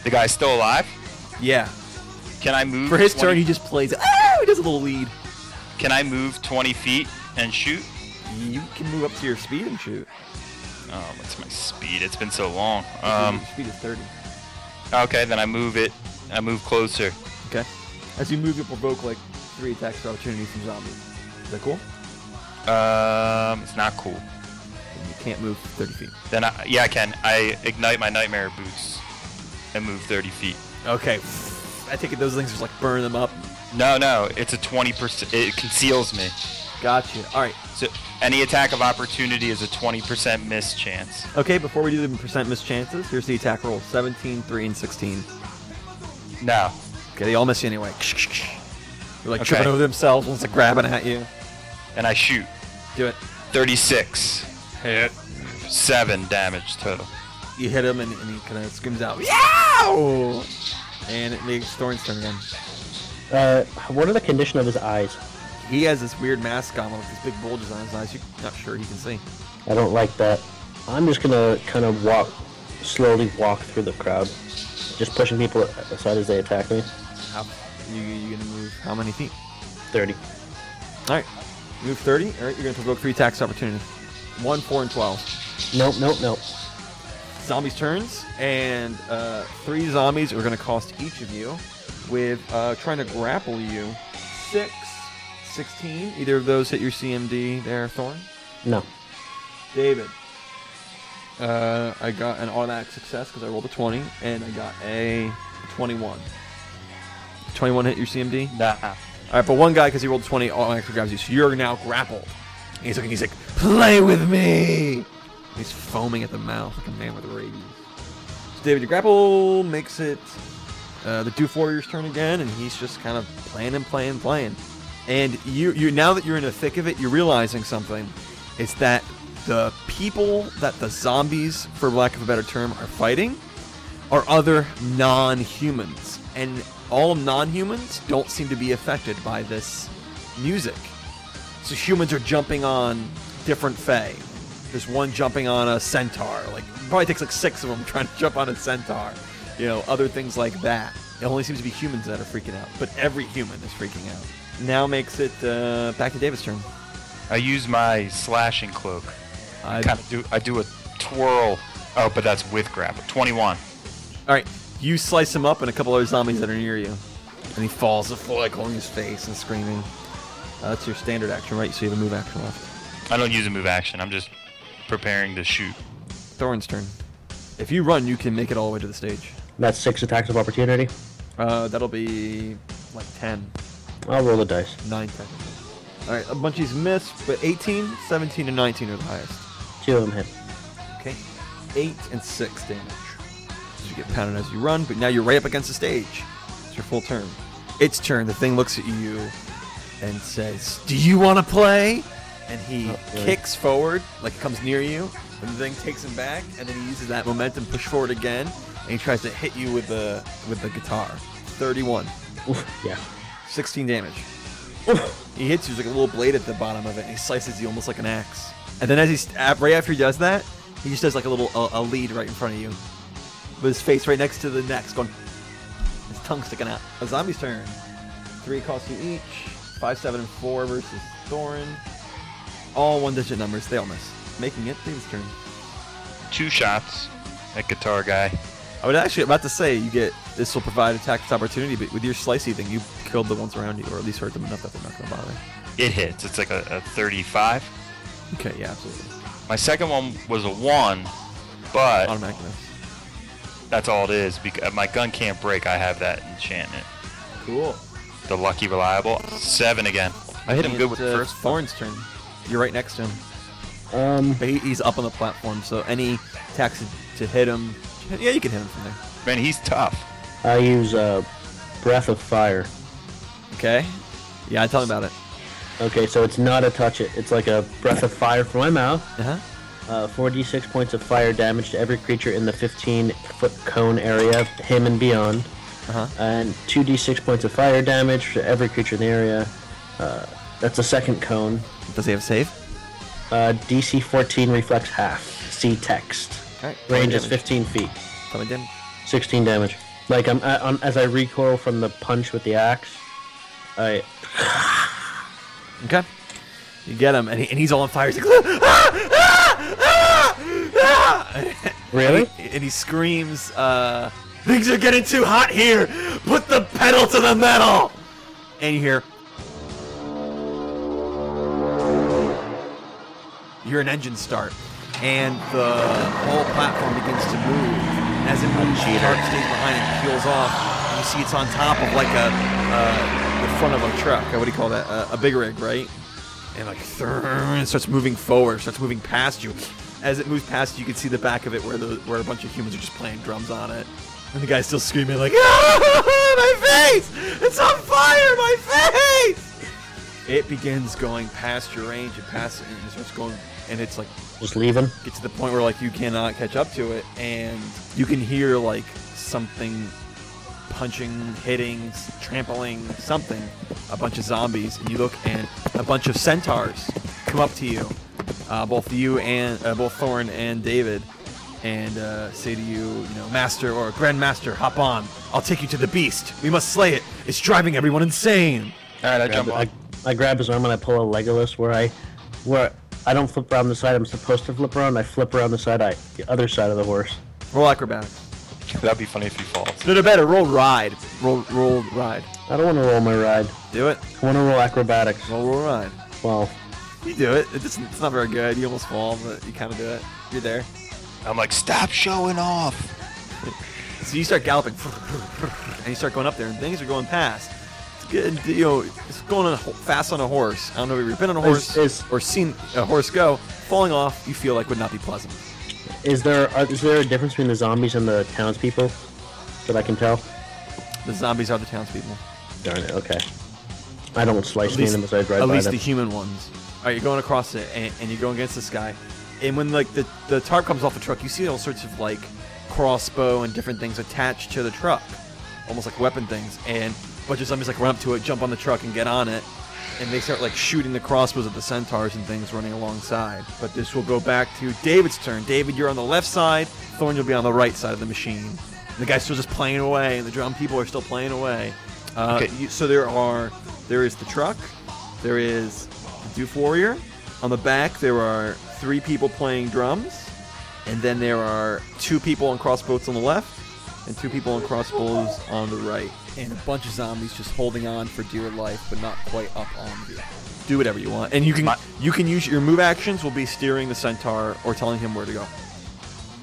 B: The guy's still alive?
A: Yeah,
B: Can I move?
A: for his
B: 20
A: turn he just plays. Oh, he does a little lead.
B: Can I move 20 feet and shoot?
A: You can move up to your speed and shoot.
B: Oh, what's my speed? It's been so long. Um,
A: Your speed is thirty.
B: okay, then I move it. I move closer.
A: Okay. As you move, you provoke like three attacks of opportunity from zombies. Is that cool?
B: Um, it's not cool.
A: And you can't move thirty feet.
B: Then I, yeah, I can. I ignite my nightmare boots and move 30 feet.
A: Okay. I take it those things just like burn them up.
B: No, no, it's a 20%. It conceals me.
A: Gotcha. All right.
B: So any attack of opportunity is a 20% miss chance.
A: Okay, before we do the percent miss chances, here's the attack roll 17, 3, and 16.
B: No.
A: Okay, they all miss you anyway. They're like
B: Okay.
A: tripping over themselves, one's like grabbing at you.
B: And I shoot.
A: Do it.
B: 36. Hit. 7 damage total.
A: You hit him, and, and he kind of screams out, "Yow!" And it makes Thorn's turn again.
C: Uh, what are the condition of his eyes?
A: He has this weird mask on with these big bulges on his eyes. You're not sure he can see.
C: I don't like that. I'm just gonna kind of walk, slowly walk through the crowd, just pushing people aside as they attack me.
A: How you you gonna move? How many feet?
C: Thirty.
A: All right, move 30. All right, you're gonna provoke three attacks of opportunity. One, four, and twelve.
C: Nope, nope, nope.
A: zombies turns and uh, three zombies are going to cost each of you with uh, trying to grapple you six 16 either of those hit your cmd there thorn
C: No.
A: david uh, i got an automatic success because i rolled a 20 and i got a 21 21 hit your cmd
B: Nah.
A: all right, but one guy, because he rolled 20, automatically grabs you. So you're now grappled. And he's looking, he's like, play with me! And he's foaming at the mouth like a man with rabies. So David, your grapple makes it uh, the Doof Warrior's turn again, and he's just kind of playing and playing, playing. And you, you now that you're in the thick of it, you're realizing something. It's that the people that the zombies, for lack of a better term, are fighting are other non-humans, and all non-humans don't seem to be affected by this music. So humans are jumping on different fae. There's one jumping on a centaur. Like probably takes like six of them trying to jump on a centaur. You know, other things like that. It only seems to be humans that are freaking out, but every human is freaking out. Now makes it uh, back to David's turn.
B: I use my slashing cloak.
A: I-
B: I kind of do. I do a twirl. Oh, but that's with grapple. Twenty-one.
A: All right, you slice him up and a couple other zombies that are near you, and he falls to the floor, like holding his face and screaming. Uh, that's your standard action, right? So you have a move action left.
B: I don't use a move action. I'm just preparing to shoot.
A: Thorin's turn. If you run, you can make it all the way to the stage.
C: That's six attacks of opportunity.
A: Uh, that'll be like 10,
C: I'll roll the dice.
A: 9 technically. All right, a bunch of these miss, but 18, 17, and 19 are the highest.
C: Two of them hit.
A: Okay. Eight and six damage. So you get pounded as you run, but now you're right up against the stage. It's your full turn. Its turn. The thing looks at you and says, Do you want to play? And he
C: Not really.
A: kicks forward, like comes near you, and the thing takes him back, and then he uses that momentum, push forward again, and he tries to hit you with the with the guitar. 31.
C: Oof, yeah.
A: 16 damage.
C: Oof.
A: He hits you with like a little blade at the bottom of it, and he slices you almost like an axe. And then as he st- right after he does that, he just does like a little a, a lead right in front of you, with his face right next to the next, going, his tongue sticking out. A zombie's turn. Three cost you each. Five, seven, and four versus Thorin. All one-digit numbers. They all miss, making it David's turn.
B: Two shots at guitar guy.
A: I was actually about to say you get this will provide attack opportunity, but with your slicey thing, you killed the ones around you, or at least hurt them enough that they're not going to bother.
B: It hits. It's like a, a 35.
A: Okay, yeah, absolutely.
B: My second one was a one, but
A: Automatic miss.
B: that's all it is. Because my gun can't break. I have that enchantment.
A: Cool.
B: The lucky reliable seven again. I hit him good with the
A: And, uh,
B: first one.
A: Thorn's turn. You're right next to him.
C: Um,
A: But he, he's up on the platform, so any attacks to hit him, yeah, you can hit him from there.
B: Man, he's tough.
C: I use uh, breath of fire.
A: Okay. Yeah, I tell him about it.
C: Okay, so it's not a touch it. It's like a breath of fire from my mouth.
A: Uh huh.
C: Uh, 4d6 points of fire damage to every creature in the 15 foot cone area, him and beyond.
A: Uh huh.
C: And 2d6 points of fire damage to every creature in the area. Uh, that's a second cone.
A: Does he have a save?
C: Uh, DC 14 reflects half. See text.
A: Alright,
C: Range is
A: damage.
C: 15 feet.
A: Tell me damage.
C: 16 damage. Like I'm, I, am as I recoil from the punch with the axe, I
A: Okay. You get him, and, he, and he's all on fire. He's like, "Ah! Ah! Ah! Ah!"
C: really
A: and he screams, uh, "Things are getting too hot here! Put the pedal to the metal!" And you hear, "You're an engine start," and the whole platform begins to move. And as it moves, the cart stays behind and peels off. And you see it's on top of like a uh, the front of a truck. What do you call that? Uh, a big rig, right? and like "Thrrr," it starts moving forward, starts moving past you. As it moves past you, you can see the back of it where the where a bunch of humans are just playing drums on it, and the guy's still screaming like, "Ah, "My face! It's on fire! My face!" It begins going past your range and past it, and it starts going, and it's like
C: just leaving.
A: get to the point where like you cannot catch up to it, and you can hear like something punching, hitting, s- trampling, something. A bunch of zombies, and you look, and a bunch of centaurs come up to you, uh, both you and uh, both Thorn and David, and uh, say to you, you know, Master or Grandmaster, hop on. I'll take you to the beast. We must slay it. It's driving everyone insane.
B: All right, I
C: grab
B: jump
C: it-
B: on.
C: I, I grab his arm and I pull a Legolas where I, where I don't flip around the side I'm supposed to flip around. I flip around the side, I the other side of the horse.
A: Roll acrobatics.
B: That'd be funny if he falls.
A: No, no, better. Roll ride. Roll, roll ride.
C: I don't want to roll my ride.
A: Do it.
C: I want to roll acrobatics.
A: Roll, roll ride.
C: Well,
A: You do it. It just, it's not very good. You almost fall, but you kind of do it. You're there.
B: I'm like, stop showing off.
A: So you start galloping, and you start going up there, and things are going past. It's good. You know, it's going on a ho- fast on a horse. I don't know if you've been on a
C: Is-
A: horse
C: is-
A: or seen a horse go. Falling off, you feel like would not be pleasant.
C: is there are, is there a difference between the zombies and the townspeople that I can tell?
A: The zombies are the townspeople.
C: Darn it. Okay. I don't slice
A: At
C: me
A: least,
C: in them as I drive
A: at
C: by
A: least
C: them.
A: the human ones. All right, you're going across it, and, and you're going against this guy. And when like the the tarp comes off the truck, you see all sorts of like crossbow and different things attached to the truck, almost like weapon things. And a bunch of zombies like run up to it, jump on the truck, and get on it. And they start like shooting the crossbows at the centaurs and things running alongside. But this will go back to David's turn. David, you're on the left side. Thorn, you'll be on the right side of the machine. And the guy's still just playing away, and the drum people are still playing away. Uh,
B: Okay.
A: you, so there are, there is the truck, there is the Doof Warrior. On the back, there are three people playing drums, and then there are two people on crossbows on the left, and two people on crossbows on the right, and a bunch of zombies just holding on for dear life, but not quite up on you. Do whatever you want, and you can
B: My-
A: you can use your move actions. Will be steering the centaur or telling him where to go.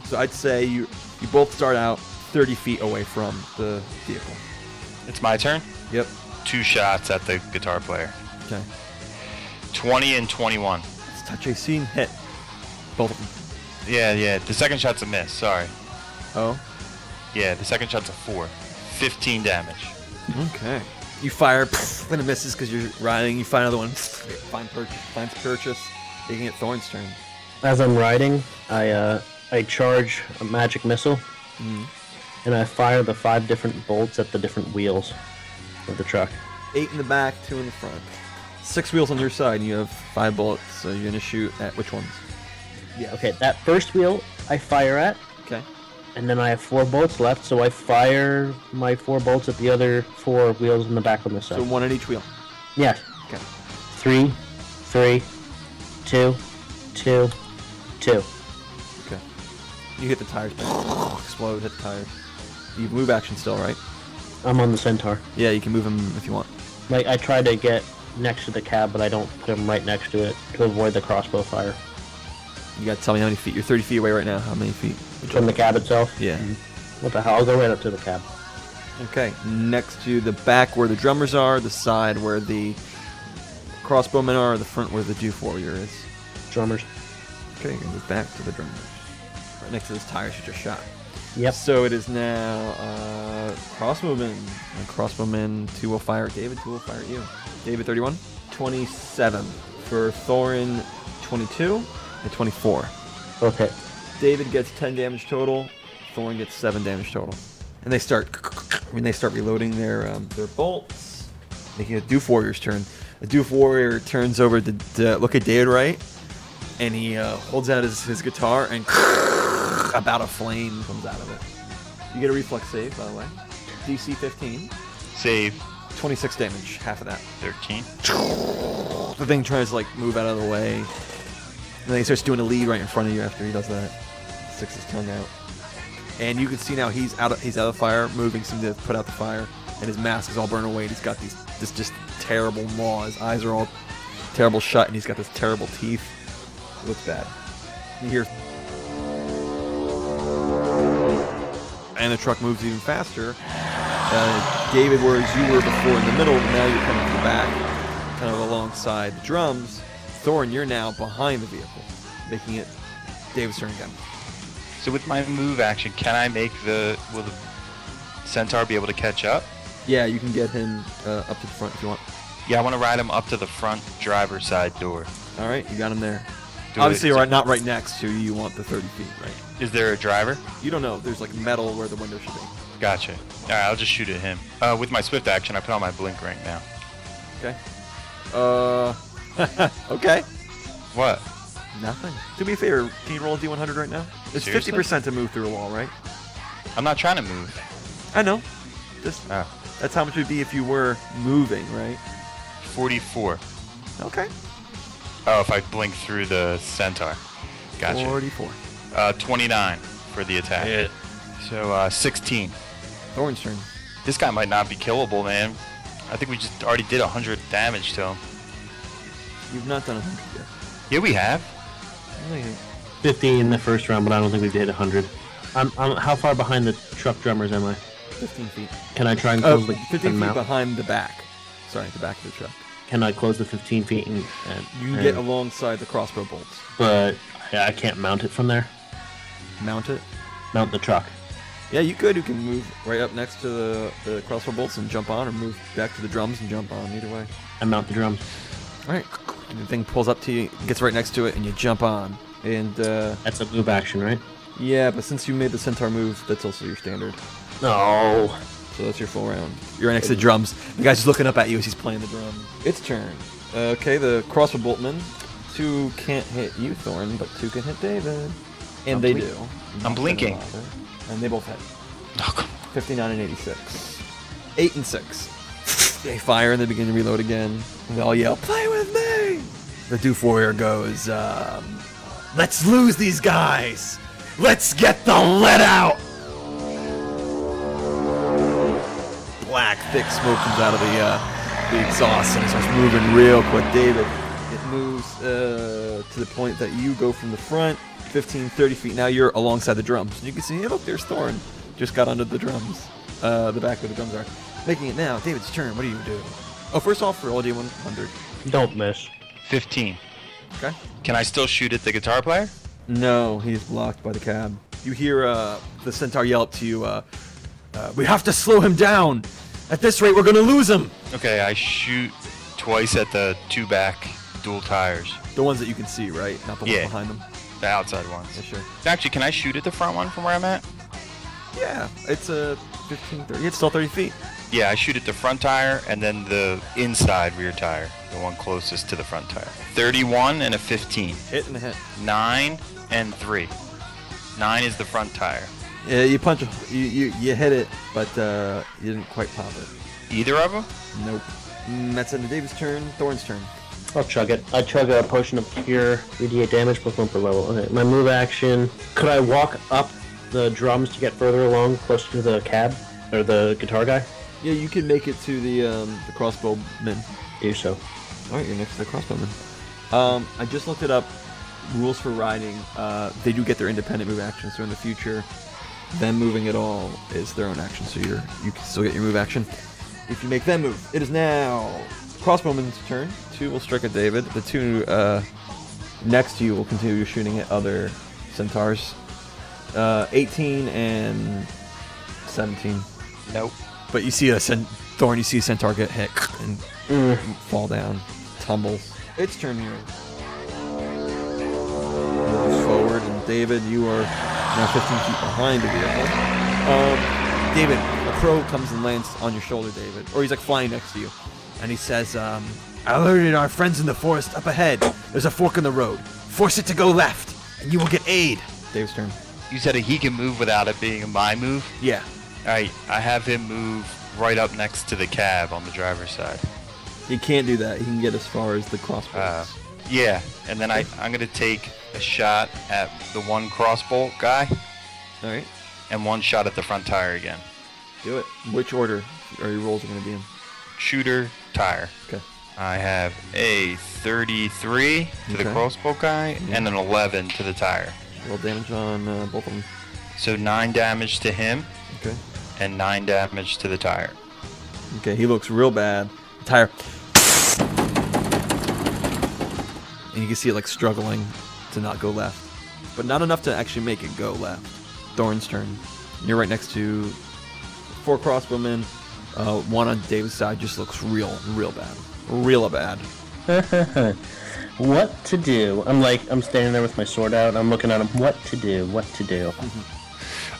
A: So I'd say you you both start out 30 feet away from the vehicle.
B: It's my turn.
A: Yep.
B: Two shots at the guitar player.
A: Okay.
B: 20 and 21.
A: Let's touch AC and hit both of them.
B: Yeah, yeah. The second shot's a miss. Sorry.
A: Oh.
B: Yeah, the second shot's a four. 15 damage.
A: Okay. You fire, pff, and it misses because you're riding. You find another one. pff, Find purchase. Finds purchase. You can get Thorn's turn.
C: As I'm riding, I uh, I charge a magic missile,
A: Hmm.
C: and I fire the five different bolts at the different wheels of the truck.
A: Eight in the back, two in the front. Six wheels on your side, and you have five bullets. So you're gonna shoot at which ones?
C: Yeah. Okay, that first wheel I fire at,
A: Okay.
C: and then I have four bolts left, so I fire my four bolts at the other four wheels in the back on the side.
A: So one at each wheel.
C: yes.
A: Okay.
C: Three, three, two, two, two.
A: Okay. You hit the tires. Explode. Hit the tires. You move action still, right?
C: I'm on the centaur.
A: Yeah, you can move them if you want.
C: Like I try to get next to the cab, but I don't put him right next to it to avoid the crossbow fire
A: You gotta tell me how many feet. You're 30 feet away right now. How many feet? Which
C: from the cab itself.
A: Yeah.
C: What the hell? I'll go right up to the cab.
A: Okay, next to the back where the drummers are, the side where the crossbowmen are, the front where the Doof Warrior is.
C: Drummers.
A: Okay, you're gonna move back to the drummers. Right next to this tire you just shot.
C: Yep.
A: So it is now uh, crossbowmen. And crossbowmen, two will fire at David, two will fire at you. David, 31. 27. For Thorin, 22. And 24.
C: Both hit.
A: David gets 10 damage total. Thorn gets 7 damage total. And they start when they start reloading their um, their bolts, making a Doof Warrior's turn. The Doof Warrior turns over to, to look at David Wright, and he uh, holds out his, his guitar, and about a flame comes out of it. You get a reflex save, by the way. DC 15,
B: Save
A: 26 damage, half of that.
B: 13.
A: The thing tries to like move out of the way, and then he starts doing a lead right in front of you. After he does that, sticks his tongue out, and you can see now he's out. Of, he's out of the fire, moving some to put out the fire, and his mask is all burned away. And he's got these this just terrible maw. His eyes are all terrible shut, and he's got this terrible teeth. It looks bad. You hear, and the truck moves even faster. Uh, David, whereas you were before in the middle, now you're coming to the back, kind of alongside the drums. Thorn, you're now behind the vehicle, making it David's turn again.
B: So with my move action, can I make the will the centaur be able to catch up?
A: Yeah, you can get him uh, up to the front if you want.
B: Yeah, I want to ride him up to the front driver's side door.
A: All right, you got him there.
B: Do
A: Obviously,
B: it.
A: right, not right next to you. You want the 30 feet, right?
B: Is there a driver?
A: You don't know. There's like metal where the window should be.
B: Gotcha. All right, I'll just shoot at him. Uh, with my swift action, I put on my blink right now.
A: Okay. Uh. okay.
B: What?
A: Nothing. Do me a favor. Can you roll a D100 right now? It's
B: Seriously?
A: 50% to move through a wall, right?
B: I'm not trying to move.
A: I know. Just
B: Ah,
A: that's how much it would be if you were moving, right?
B: 44.
A: Okay.
B: Oh, if I blink through the centaur. Gotcha.
A: 44.
B: Uh, 29 for the attack. So uh, 16.
A: Thorn's turn.
B: This guy might not be killable, man. I think we just already did 100 damage to him.
A: You've not done a 100 yet.
B: Yeah, we have.
A: No, you-
C: 50 in the first round, but I don't think we did 100. I'm, I'm, how far behind the truck drummers am I?
A: 15 feet.
C: Can I try and
A: Oh,
C: close the
A: 15
C: and
A: feet
C: mount-
A: behind the back. Sorry, the back of the truck.
C: Can I close the 15 feet? And, and,
A: You
C: and-
A: get alongside the crossbow bolts.
C: but I, I can't mount it from there.
A: Mount it.
C: Mount the truck.
A: Yeah, you could. You can move right up next to the, the crossbow bolts and jump on, or move back to the drums and jump on. Either way.
C: I mount the drums.
A: All right. And the thing pulls up to you, gets right next to it, and you jump on. And uh,
C: That's a move action, right?
A: yeah, but since you made the centaur move, that's also your standard.
C: No.
A: So that's your full round. You're right next to the drums. The guy's just looking up at you as he's playing the drum. It's turn. Okay, the crossbow boltman. Two can't hit you, Thorn, but two can hit David. And they
B: blink-
A: do.
B: I'm blinking.
A: And they both hit.
B: Oh, come
A: 59 and 86. 8 and 6. They fire and they begin to reload again. And they all yell, Play with me! The Doof Warrior goes, um, Let's lose these guys! Let's get the lead out! black, thick smoke comes out of the uh, the exhaust and it starts moving real quick. David, it moves uh, to the point that you go from the front 15, 30 feet. Now you're alongside the drums. And you can see, hey, look, there's Thorn. Just got under the drums, uh, the back where the drums are. Making it now. David's turn. What do you do? Oh, first off, roll a d100.
C: Don't miss.
B: 15.
A: Okay.
B: Can I still shoot at the guitar player?
A: No, he's blocked by the cab. You hear uh, the centaur yell up to you, uh, uh, "We have to slow him down. At this rate, we're gonna lose him."
B: Okay, I shoot twice at the two back dual tires,
A: The ones that you can see, right? Not the ones
B: Yeah.
A: behind them.
B: the outside ones.
A: Yeah, sure.
B: Actually, can I shoot at the front one from where I'm at?
A: Yeah, it's a 15, 30. It's still 30 feet.
B: Yeah, I shoot at the front tire and then the inside rear tire, the one closest to the front tire. 31 and a 15.
A: Hit and hit.
B: 9 and 3. 9 is the front tire.
A: Yeah, you punch. You you, you hit it, but uh, you didn't quite pop it.
B: Either of them?
A: Nope. Mm, that's end of David's turn. Thorn's turn.
C: I'll chug it. I chug a potion of cure, 3d8 damage plus one per level. Okay, my move action. Could I walk up the drums to get further along, closer to the cab or the guitar guy?
A: Yeah, you can make it to the um, the crossbowman.
C: Do so.
A: All right, you're next to the crossbowman. Um, I just looked it up. Rules for riding. Uh, they do get their independent move action, so in the future, them moving at all is their own action. So you're you can still get your move action if you make them move. It is now crossbowman's turn. Two will strike at David. The two uh, next to you will continue shooting at other centaurs. Uh, 18 and 17.
B: Nope.
A: But you see a cent- thorn, you see a centaur get hit and fall down, tumbles. It's turn here. Moves forward, and David, you are now 15 feet behind the vehicle. Um, David, a crow comes and lands on your shoulder, David, or he's like flying next to you, and he says, um, "I alerted our friends in the forest up ahead. There's a fork in the road. Force it to go left, and you will get aid." David's turn.
B: You said he can move without it being a my move?
A: Yeah,
B: Alright, I have him move right up next to the cab on the driver's side.
A: he can't do that. He can get as far as the crossbows.
B: Uh, yeah, and then I, I'm gonna take a shot at the one crossbow guy
A: All right.
B: and one shot at the front tire again.
A: Do it. Which order are your rolls going to be in?
B: Shooter tire.
A: Okay.
B: I have a 33 to the
A: Okay.
B: crossbow guy and an 11 to the tire.
A: Roll damage on uh, both of them.
B: So nine damage to him
A: Okay.
B: and nine damage to the tire.
A: Okay, he looks real bad. Tire. And you can see it like struggling to not go left, but not enough to actually make it go left. Thorn's turn. You're right next to four crossbowmen. Uh, one on David's side just looks real, real bad. Real bad.
C: What to do? I'm like, I'm standing there with my sword out, and I'm looking at him. What to do? What to do?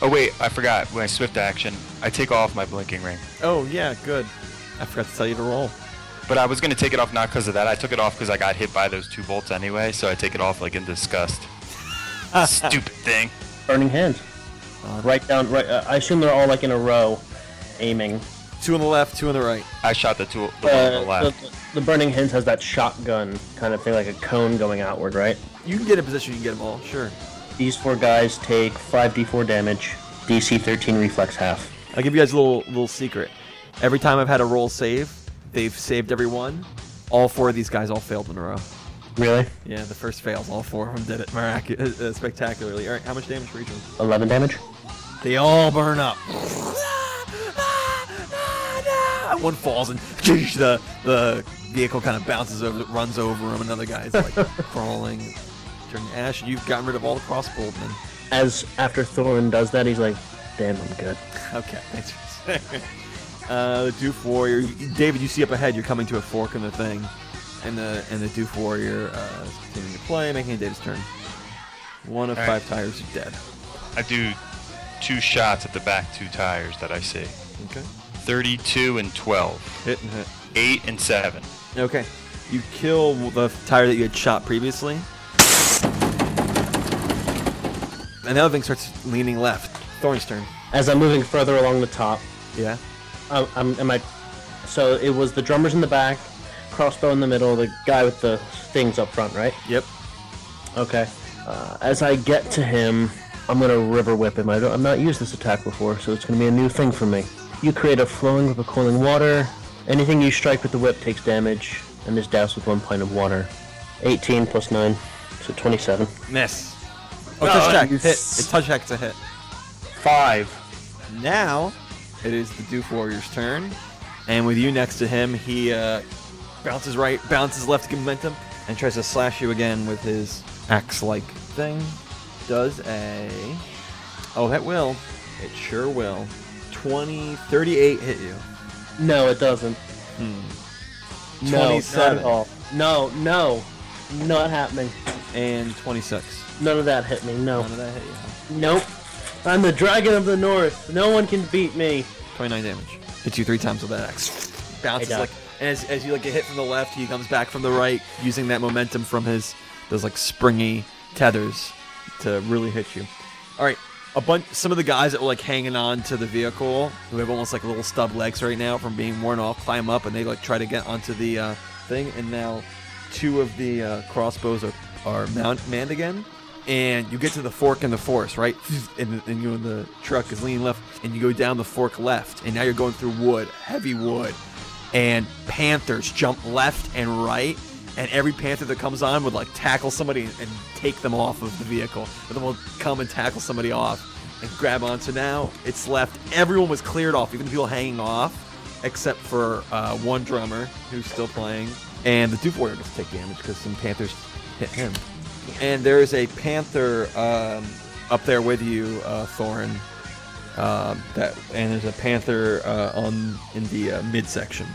B: Oh, wait, I forgot. When I swift action, I take off my blinking ring.
A: Oh, yeah, good. I forgot to tell you to roll.
B: But I was going to take it off not because of that. I took it off because I got hit by those two bolts anyway, so I take it off like in disgust. Stupid thing.
C: Burning hands. Right down. Right. Uh, I assume they're all like in a row, aiming.
A: Two on the left, two on the right.
B: I shot the two the one on
C: Uh,
B: the left.
C: the, the burning hands has that shotgun kind of thing, like a cone going outward, right?
A: You can get in position, you can get them all, sure.
C: These four guys take 5d4 damage, DC 13 reflex half.
A: I'll give you guys a little little secret. Every time I've had a roll save, they've saved every one. All four of these guys all failed in a row.
C: Really?
A: Yeah, the first fails. All four of them did it miracu- uh, uh, spectacularly. All right, how much damage for each one?
C: 11 damage?
A: They all burn up. One falls and the the vehicle kind of bounces over, runs over him. Another guy's like crawling, turning to ash. You've gotten rid of all the crossbowmen.
C: As after Thorin does that, he's like, damn, I'm good.
A: Okay, thanks for saying. Uh, the Doof Warrior, David, you see up ahead. You're coming to a fork in the thing, and the and the Doof Warrior uh, is continuing to play, making it David's turn. One of
B: All right.
A: five tires is dead.
B: I do two shots at the back two tires that I see.
A: Okay,
B: 32 and 12.
A: hit and hit.
B: 8 and 7.
A: Okay, you kill the tire that you had shot previously, and the other thing starts leaning left. Thorn's turn.
C: As I'm moving further along the top,
A: Yeah.
C: I'm, I'm, Oh, um, am I. So it was the drummers in the back, crossbow in the middle, the guy with the things up front, right?
A: Yep.
C: Okay. Uh, as I get to him, I'm gonna river whip him. I don't, I've not used this attack before, so it's gonna be a new thing for me. You create a flowing whip of coiling water. Anything you strike with the whip takes damage and is doused with one point of water. 18 plus 9, so 27.
A: Miss. Oh, touch attack.
C: you
A: Hit. It's touch attack's a hit.
C: 5.
A: Now, it is the Doof Warrior's turn, and with you next to him, he uh, bounces right, bounces left to get momentum, and tries to slash you again with his axe-like thing. Does a oh that will, it sure will. 20, 38 hit you.
C: No, it doesn't.
A: Hmm.
C: No, not
A: 27
C: at all. No, no. Not happening.
A: and 26.
C: None of that hit me. No.
A: None of that hit you.
C: Nope. I'm the dragon of the north. No one can beat me.
A: 29 damage. Hits you three times with that axe. Bounces
C: I die.
A: like and as, as you like get hit from the left, he comes back from the right, using that momentum from his those like springy tethers to really hit you. All right, a bunch. Some of the guys that were like hanging on to the vehicle, who have almost like little stub legs right now from being worn off, climb up and they like try to get onto the uh, thing. And now, two of the uh, crossbows are are mount manned again. And you get to the fork in the forest, right? And, and you and the truck is leaning left, and you go down the fork left, and now you're going through wood, heavy wood and panthers jump left and right and every panther that comes on would like tackle somebody and take them off of the vehicle but then will come and tackle somebody off and grab on so now it's left everyone was cleared off even the people hanging off except for uh, one drummer who's still playing and the Duke warrior gets to take damage because some panthers hit him and there is a panther um, up there with you uh, thorin um, that and there's a panther uh, on in the uh, midsection.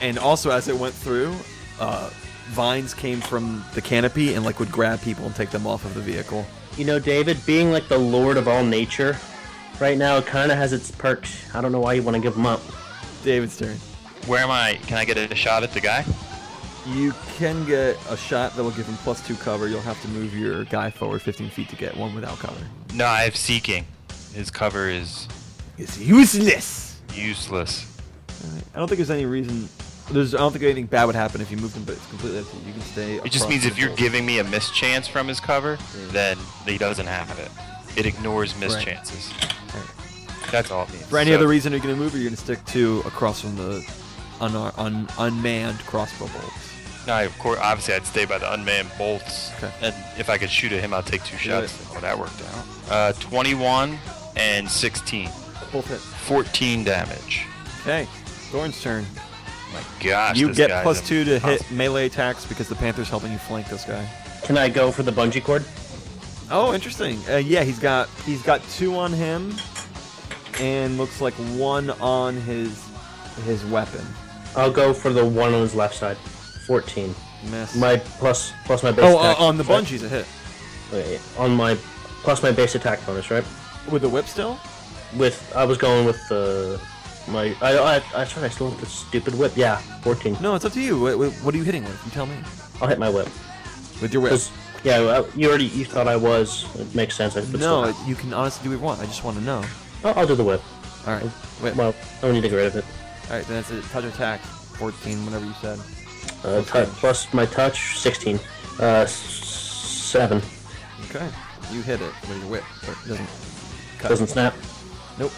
A: And also, as it went through, uh, vines came from the canopy and like would grab people and take them off of the vehicle.
C: You know, David, being like the lord of all nature, right now it kind of has its perks. I don't know why you want to give them up.
A: David's turn.
B: Where am I? Can I get a shot at the guy?
A: You can get a shot that will give him plus two cover. You'll have to move your guy forward 15 feet to get one without cover.
B: No, I have seeking. His cover is
A: It's useless.
B: useless.
A: I don't think there's any reason. There's I don't think anything bad would happen if you moved him, but it's completely up to you. You can stay.
B: It just
A: across
B: means
A: the
B: if you're
A: board.
B: giving me a mischance from his cover, then he doesn't have it. It ignores
A: Right.
B: mischances. That's all it means.
A: For any
B: So-
A: other reason, are you going to move, or you're going to stick to across from the un- un- unmanned crossbow bolts?
B: No, I- of course, obviously I'd stay by the unmanned bolts.
A: Okay.
B: And if I could shoot at him, I'd take two
A: Do
B: shots. Oh, that worked out. Uh, 21 and 16.
A: Both hit.
B: 14 damage.
A: Okay, Thorn's turn.
B: My gosh.
A: you
B: this
A: get
B: guy's
A: plus two to hit
B: impossible.
A: melee attacks because the panther's helping you flank this guy.
C: Can I go for the bungee cord?
A: Oh, interesting. Uh, yeah, he's got he's got two on him, and looks like one on his his weapon.
C: I'll go for the one on his left side. 14.
A: Miss.
C: My plus plus my base
A: oh, uh,
C: attack.
A: on the
C: right?
A: bungee's a hit
C: Wait, on my plus my base attack bonus, right?
A: with the whip still.
C: With I was going with the my I I I sorry, I still have the stupid whip. Yeah, 14.
A: No, it's up to you. What, what- what are you hitting with? You tell me.
C: I'll hit my whip.
A: With your whip.
C: 'Cause- yeah, well, you already you thought I was. It makes sense. I- but
A: No,
C: still.
A: you can honestly do what you want. I just want to know.
C: Oh, I'll, I'll do the whip.
A: All right, whip.
C: Well, I don't need to get rid of it.
A: All right, then it's a touch attack, 14, whatever you said.
C: Uh,
A: Plus
C: tou-
A: damage.
C: plus my touch, 16. Uh, s- seven.
A: Okay, you hit it with your whip, but it doesn't cut.
C: Doesn't snap.
A: Nope.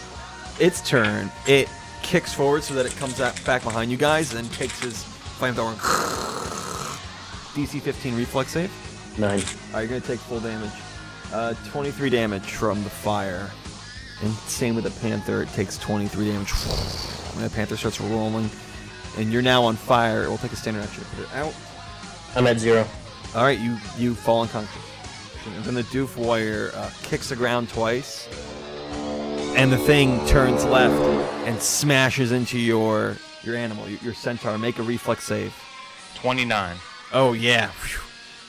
A: Its turn. It kicks forward so that it comes out back behind you guys, and takes his flamethrower. and DC 15 reflex save.
C: Nine.
A: All right, you're gonna take full damage. Uh, 23 damage from the fire. And same with the panther. It takes 23 damage. When the panther starts rolling, and you're now on fire, it will take a standard action to put it out.
C: I'm at zero.
A: All right, you you fall unconscious. And then the Doof Warrior uh, kicks the ground twice, and the thing turns left and smashes into your your animal, your, your centaur. Make a reflex save.
B: 29.
A: Oh yeah. Phew.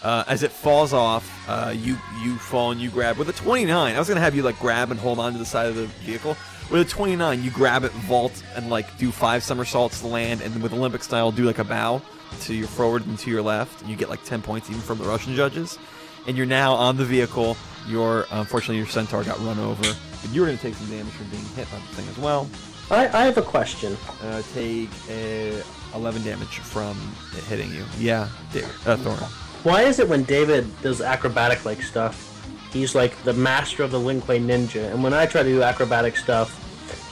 A: Uh, as it falls off, uh, you you fall and you grab with a 29. I was gonna have you like grab and hold on to the side of the vehicle. With a 29, you grab it, vault, and like do five somersaults to land, and then with Olympic style, do like a bow to your forward and to your left. You get like 10 points even from the Russian judges, and you're now on the vehicle. Your unfortunately your centaur got run over, but you're gonna take some damage from being hit by the thing as well.
C: I, I have a question.
A: Uh, take uh, 11 damage from it hitting you. Yeah, David, uh, Thorin.
C: Why is it when David does acrobatic like stuff, he's like the master of the Lin Kuei ninja, and when I try to do acrobatic stuff,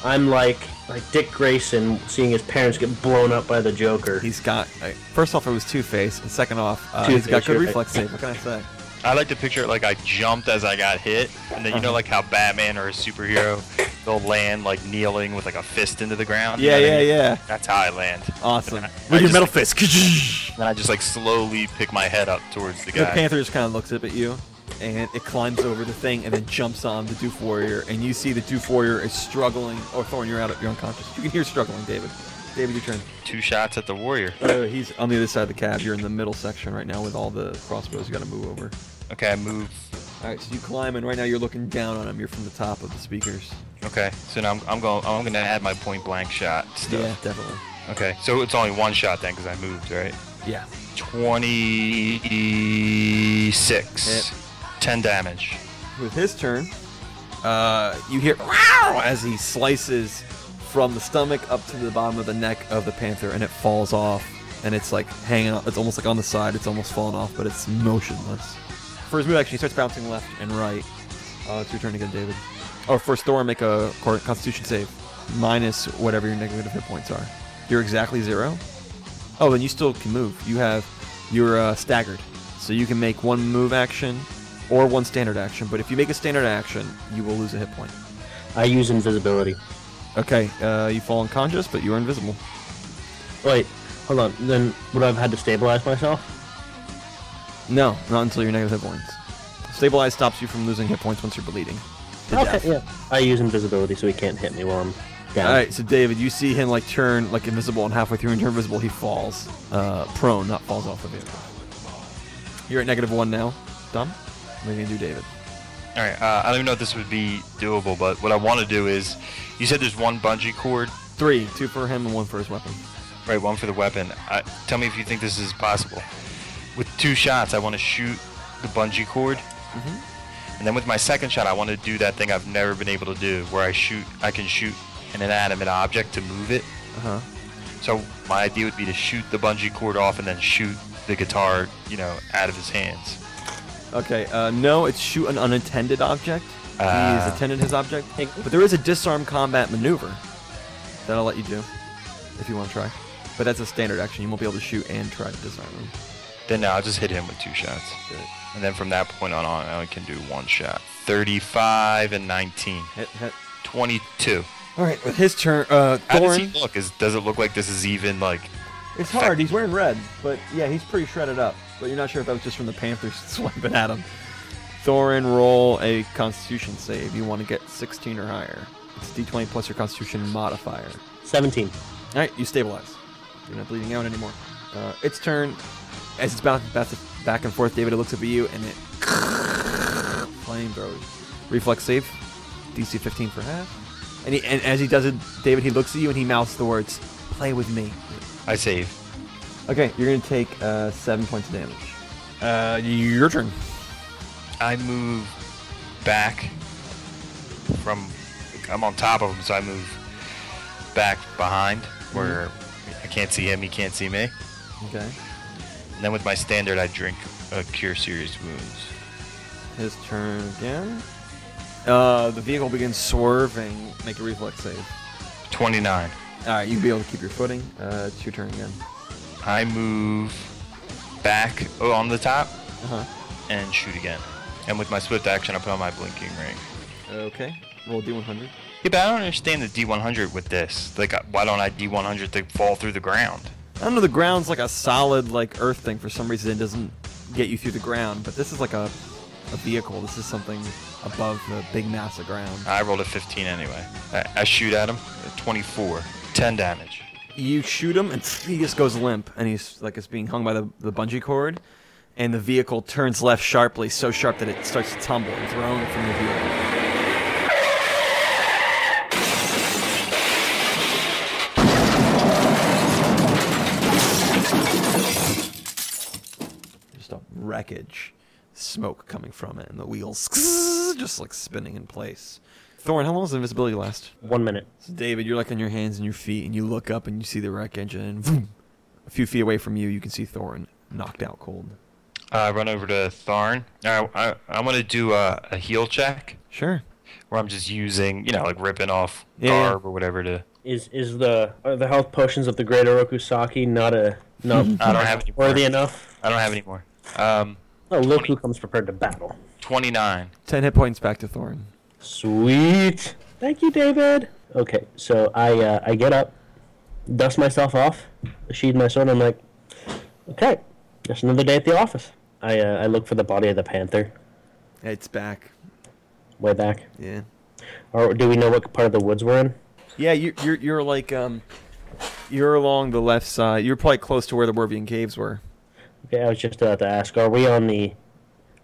C: I'm like like Dick Grayson seeing his parents get blown up by the Joker.
A: He's got. Like, first off, it was Two Face, and second off, uh,
C: Two-Face,
A: he's got good
C: you're right.
A: reflex save. What can I say?
B: I like to picture it like I jumped as I got hit, and then
A: Uh-huh.
B: you know like how Batman or a superhero, they'll land like kneeling with like a fist into the ground. you
A: Yeah,
B: know what I
A: yeah,
B: mean?
A: yeah.
B: That's how I land.
A: Awesome.
B: I
A: With your
B: just-
A: metal fist.
B: And then I just like slowly pick my head up towards the
A: The
B: guy.
A: panther just kind of looks up at you, and it climbs over the thing, and then jumps on the Doof Warrior, and you see the Doof Warrior is struggling. Or Thorn, you're out. Of, you're unconscious. You can hear struggling, David. David, your turn.
B: Two shots at the warrior.
A: Uh, he's on the other side of the cab. You're in the middle section right now with all the crossbows. You got to move over.
B: Okay, I move.
A: All right, so you climb, and right now you're looking down on him. You're from the top of the speakers.
B: Okay, so now I'm, I'm going. I'm gonna add my point blank shot
A: Yeah,
B: stuff.
A: definitely.
B: Okay, so it's only one shot then because I moved, right?
A: Yeah.
B: Twenty
A: Hit.
B: six. Ten damage.
A: With his turn, uh, you hear "Wow!" as he slices from the stomach up to the bottom of the neck of the panther, and it falls off, and it's like hanging. out. It's almost like on the side. It's almost fallen off, but it's motionless. For his move action, he starts bouncing left and right. Uh, it's your turn again, David. Or for Storm, make a cor- Constitution save, minus whatever your negative hit points are. You're exactly zero. Oh, then you still can move. You have, you're uh, staggered, so you can make one move action, or one standard action. But if you make a standard action, you will lose a hit point.
C: I use invisibility.
A: Okay, uh, you fall unconscious, but you are invisible.
C: Wait, hold on. Then would I have had to stabilize myself?
A: No, not until your negative hit points. Stabilize stops you from losing hit points once you're bleeding. to death.
C: yeah. I use invisibility so he can't hit me while I'm down.
A: All right, so David, you see him like turn like invisible, and halfway through and turn visible, he falls uh, prone, not falls off the vehicle. You're at negative one now. Done. What are you gonna do, David?
B: All right. Uh, I don't even know if this would be doable, but what I want to do is, you said there's one bungee cord,
A: Three, two for him and one for his weapon.
B: right? One for the weapon. I, tell me if you think this is possible. With two shots, I want to shoot the bungee cord, and then with my second shot, I want to do that thing I've never been able to do, where I shoot. I can shoot an inanimate object to move it.
A: Uh huh.
B: So my idea would be to shoot the bungee cord off and then shoot the guitar, you know, out of his hands.
A: Okay. Uh, no, it's shoot an unintended object.
B: Ah.
A: He's attended his object, but there is a disarm combat maneuver that I'll let you do if you want to try. But that's a standard action. You won't be able to shoot and try to disarm him.
B: Then now I'll just hit him with two shots. And then from that point on, on I only can do one shot. 35 and 19.
A: Hit, hit.
B: 22.
A: All right, with his turn, uh,
B: How does
A: Thorn.
B: he look? Is, does it look like this is even like.
A: It's hard. He's wearing red, but yeah, he's pretty shredded up. But you're not sure if that was just from the Panthers swiping at him. Thorin, roll a Constitution save. You want to get 16 or higher. It's D20 plus your Constitution modifier.
C: Seventeen.
A: All right, you stabilize. You're not bleeding out anymore. Uh, its turn. As it's bouncing back, back and forth, David, it looks up at you and it flamethrowers. Reflex save, DC 15 for half. And, he, and as he does it, David, he looks at you and he mouths the words, "Play with me."
B: I save.
A: Okay, you're gonna take uh, seven points of damage. Uh, your turn.
B: I move back from. I'm on top of him, so I move back behind where I can't see him, he can't see me.
A: Okay,
B: And then with my standard, I drink uh, Cure Serious Wounds.
A: his turn again. Uh, the vehicle begins swerving. Make a reflex save.
B: 29.
A: All right, you'll be able to keep your footing. Uh, it's your turn again.
B: I move back oh, on the top
A: Uh huh.
B: and shoot again. And with my swift action, I put on my blinking ring.
A: Okay, roll D100.
B: Yeah, but I don't understand the D100 with this. Like, uh, why don't I D100 to fall through the ground?
A: I don't know. The ground's like a solid like earth thing. For some reason, it doesn't get you through the ground. But this is like a a vehicle. This is something above the big mass of ground.
B: I rolled a 15 anyway. I, I shoot at him. uh, 24. 10 damage.
A: you shoot him and he just goes limp and he's like it's being hung by the, the bungee cord and the vehicle turns left sharply so sharp that it starts to tumble and thrown from the vehicle just a wreckage smoke coming from it and the wheels just like spinning in place thorn how long does invisibility last
C: One minute.
A: so David, you're like on your hands and your feet, and you look up and you see the wreckage, and boom, a few feet away from you, you can see Thorin knocked out cold.
B: Uh, I run over to Tharn. I, I, I'm going to do a, a heal check
A: Sure.
B: where I'm just using, you know, like ripping off
A: Yeah, yeah.
B: garb or whatever to
C: Is is the are the health potions of the Great Orokusaki not a not
B: I don't have any more.
C: worthy enough?
B: I don't have any more. Um,
C: No, look who comes prepared to battle.
B: 29.
A: 10 hit points back to Thorn.
C: Sweet. Thank you, David. Okay, so I uh, I get up, dust myself off, sheathe my sword. And I'm like, okay, just another day at the office. I uh, I look for the body of the panther
A: It's back.
C: way back.
A: Yeah.
C: Or do we know what part of the woods we're in?
A: Yeah, you, you're you're like um, you're along the left side. You're probably close to where the Wervian caves were.
C: Okay, I was just about to ask. Are we on the,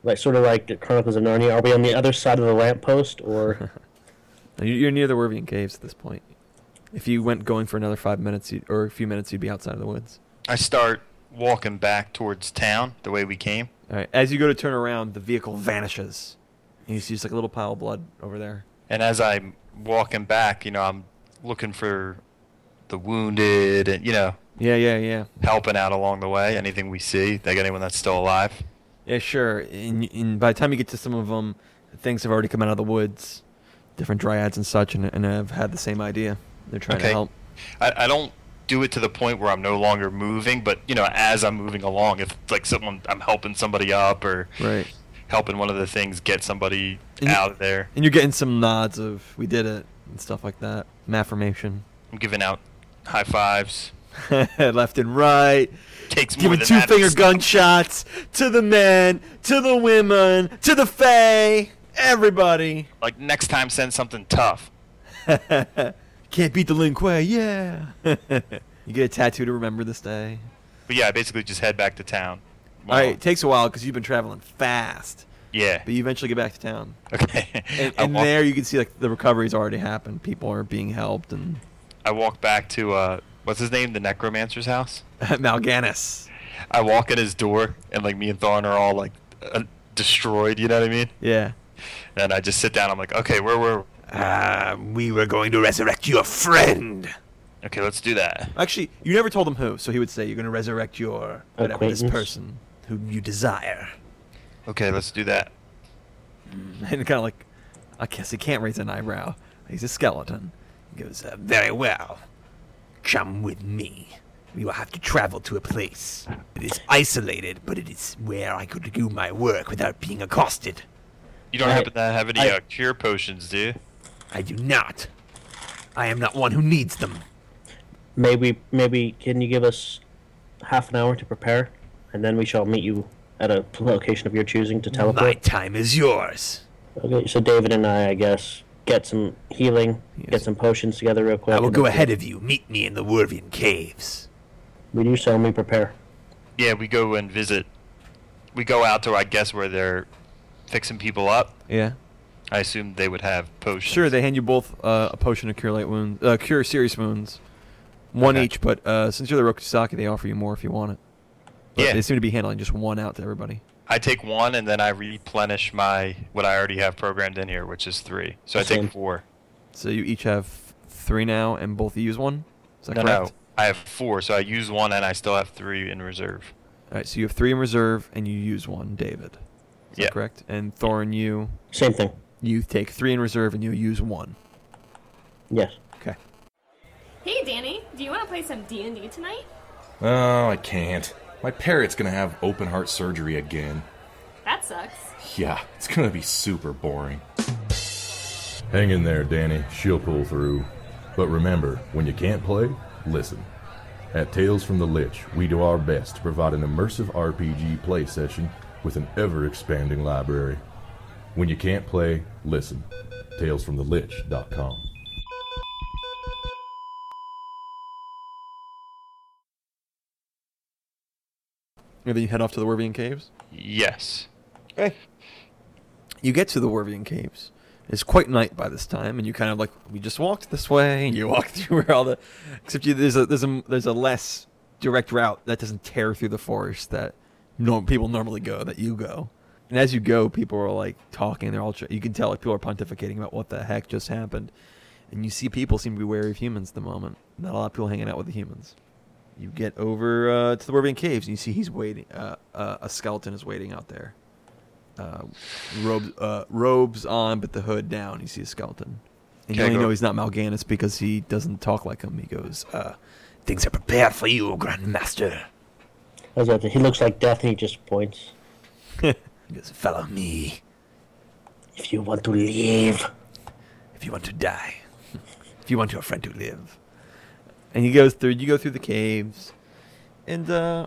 C: like, sort of like the Chronicles of Narnia? Are we on the other side of the lamppost, or
A: You- You're near the Wervian caves at this point. If you went going for another five minutes you'd, or a few minutes, you'd be outside of the woods.
B: I start walking back towards town the way we came.
A: All right. As you go to turn around, the vehicle vanishes. And you see just like a little pile of blood over there.
B: And as I'm walking back, you know, I'm looking for the wounded and, you know,
A: Yeah, yeah, yeah.
B: helping out along the way. Anything we see, they got anyone that's still alive.
A: Yeah, sure. And, and by the time you get to some of them, things have already come out of the woods, different dryads and such, and, and have had the same idea. They're trying to
B: Okay.
A: help.
B: I, I don't do it to the point where I'm no longer moving, but, you know, as I'm moving along, if like someone, I'm helping somebody up or
A: Right.
B: helping one of the things get somebody
A: And you-
B: out of there,
A: And you're getting some nods of "we did it" and stuff like that. An affirmation,
B: I'm giving out high fives.
A: left and right,
B: Takes more
A: giving
B: than
A: two
B: that.
A: finger gunshots to the men, to the women, to the fae, everybody.
B: Like next time, send something tough.
A: Can't beat the Lin Kuei, yeah. you get a tattoo to remember this day.
B: But yeah, I basically just head back to town.
A: All right, it takes a while because you've been traveling fast,
B: Yeah.
A: but you eventually get back to town.
B: Okay.
A: And,
B: I
A: and
B: walk-
A: there you can see like the recovery's already happened. People are being helped and
B: I walk back to uh, what's his name, the necromancer's house.
A: Malganis.
B: I walk at his door, and like me and Thorn are all like uh, destroyed. You know what I mean?
A: Yeah.
B: And I just sit down. I'm like, okay, where were?
D: Ah, we were going to resurrect your friend.
B: Okay, let's do that.
A: Actually, you never told him who, so he would say you're going to resurrect your
B: Oh,
A: whatever this
C: Acquaintance.
A: person whom you desire,
B: Okay, let's do that.
A: and kind of like, I guess he can't raise an eyebrow. He's a skeleton. He goes, uh,
D: Very well. Come with me. We will have to travel to a place. It is isolated, but it is where I could do my work without being accosted.
B: You don't
C: I-
B: happen to have any
C: I-
B: uh, cure potions, do you?
D: I do not. I am not one who needs them.
C: maybe maybe can you give us half an hour to prepare, and then we shall meet you at a location of your choosing to
D: My
C: teleport?
D: time is yours.
C: Okay, so David and I, I guess, get some healing, get
A: Yes.
C: some potions together real quick.
D: I will
C: and
D: go
C: then
D: ahead of you. Meet me in the Wervian Caves.
C: We do so, and we prepare.
B: Yeah, we go and visit. We go out to, I guess, where they're fixing people up.
A: yeah,
B: I assume they would have potions.
A: sure. They hand you both uh, a potion to cure light wounds, uh, cure serious wounds, one
B: Okay.
A: each. But uh, since you're the Rokusaki, they offer you more if you want it. But
B: Yeah.
A: they seem to be handling just one out to everybody.
B: I take one and then I replenish my what I already have programmed in here, which is three. So I
C: Same.
B: take four.
A: So you each have three now, and both use one. Is that
B: No,
A: correct?
B: no, I have four, so I use one and I still have three in reserve.
A: All right, so you have three in reserve, and you use one, David. Is
B: Yeah.
A: that correct? And Thorn, you
C: Same thing.
A: you take three in reserve, and you use one.
C: Yes.
A: Okay.
F: Hey, Danny, do you want to play some D and D tonight?
G: Oh, I can't. My parrot's gonna have open heart surgery again.
F: That sucks.
G: Yeah, it's gonna be super boring.
H: Hang in there, Danny. She'll pull through. But remember, when you can't play, listen. At Tales from the Lich, we do our best to provide an immersive RPG play session with an ever expanding library. When you can't play, listen. TalesFromTheLich.com.
A: And then you head off to the Wervian Caves.
B: Yes.
A: You get to the Wervian Caves. It's quite night by this time, and you kind of like we just walked this way, and you walk through where all the except you, there's a there's a there's a less direct route that doesn't tear through the forest that norm, people normally go that you go. And as you go, people are like talking. They're all tr- you can tell like people are pontificating about what the heck just happened, and you see people seem to be wary of humans at the moment. Not a lot of people hanging out with the humans. You get over uh, to the Wervian Caves, and you see he's waiting. Uh, uh, a skeleton is waiting out there uh, robes uh, robes on, but the hood down. You see a skeleton. And you
B: Can't
A: only
B: go-
A: know he's not Mal'Ganis because he doesn't talk like him. He goes, uh,
D: Things are prepared for you, Grandmaster.
C: I was about to- he looks like death and he just points.
D: He goes, follow me
C: If you want to leave,
D: if you want to die. If you want your friend to live.
A: and he goes through. You go through the caves, and uh,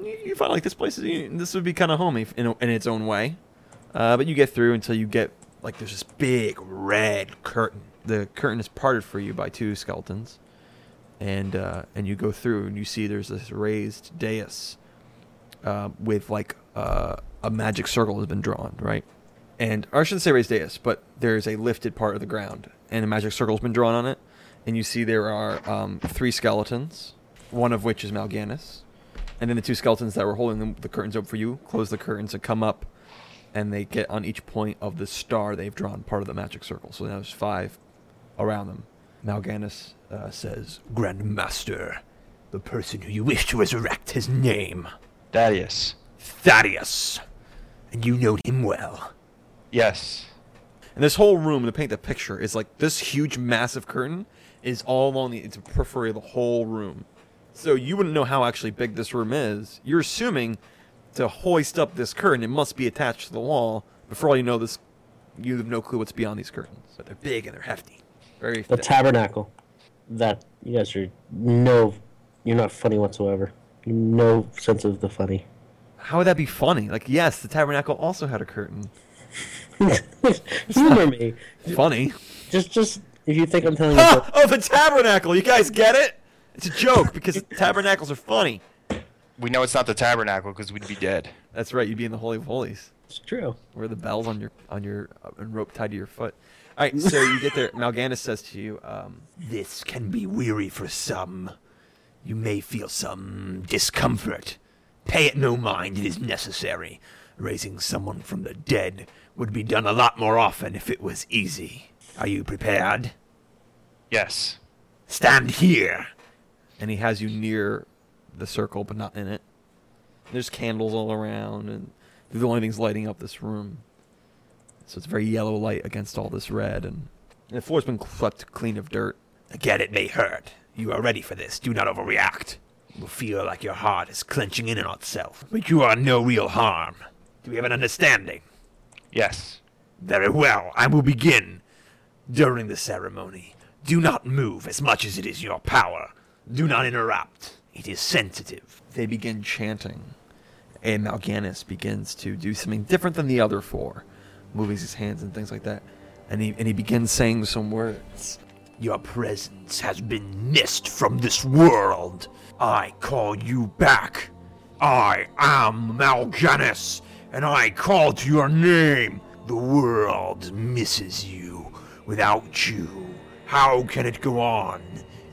A: you, you find like this place. Is, this would be kind of homey in, a- in its own way, uh, but you get through until you get like there's this big red curtain. The curtain is parted for you by two skeletons, and uh, and you go through and you see there's this raised dais uh, with like uh, a magic circle has been drawn, right? And or I shouldn't say raised dais, but there's a lifted part of the ground, and a magic circle has been drawn on it. And you see there are um, three skeletons, one of which is Mal'Ganis, and then the two skeletons that were holding them, the curtains open for you close the curtains and come up, and they get on each point of the star they've drawn, part of the magic circle. So now there's five around them. Mal'Ganis uh, says,
D: Grandmaster, the person who you wish to resurrect, his name,
B: Thaddeus.
D: Thaddeus. And you know him well.
B: Yes.
A: And this whole room to paint the picture is like this huge, massive curtain is all along the it's a periphery of the whole room. So you wouldn't know how actually big this room is. You're assuming to hoist up this curtain, it must be attached to the wall. But for all you know, this you have no clue what's beyond these curtains. But they're big and they're hefty. Very
C: the
A: thick.
C: tabernacle. That you guys are no, you're not funny whatsoever. No sense of the funny.
A: how would that be funny? Like, yes, the tabernacle also had a curtain.
C: Humor me.
A: Funny.
C: Just, just if you think I'm telling you,
A: Ah, oh, the tabernacle! You guys get it? It's a joke because tabernacles are funny.
B: We know it's not the tabernacle because we'd be dead.
A: That's right. You'd be in the holy of holies.
C: it's true.
A: Where the bells on your on your uh, and rope tied to your foot. All right, so you get there. Mal'Ganis says to you, um,
D: This can be weary for some. You may feel some discomfort. Pay it no mind, it is necessary. Raising someone from the dead would be done a lot more often if it was easy. Are you prepared?
B: Yes.
D: Stand here.
A: and he has you near the circle, but not in it. There's candles all around, and they're the only things lighting up this room. So it's very yellow light against all this red, and, and the floor's been swept clean of dirt.
D: Again, it may hurt. You are ready for this. Do not overreact. You will feel like your heart is clenching in on itself, but you are no real harm. Do we have an understanding?
B: Yes.
D: Very well, I will begin. During the ceremony, do not move as much as it is your power. Do not interrupt. It is sensitive.
A: they begin chanting, and Mal'Ganis begins to do something different than the other four, moving his hands and things like that, and he and he begins saying some words.
D: Your presence has been missed from this world. I call you back. I am Mal'Ganis, and I call to your name. The world misses you. Without you, how can it go on?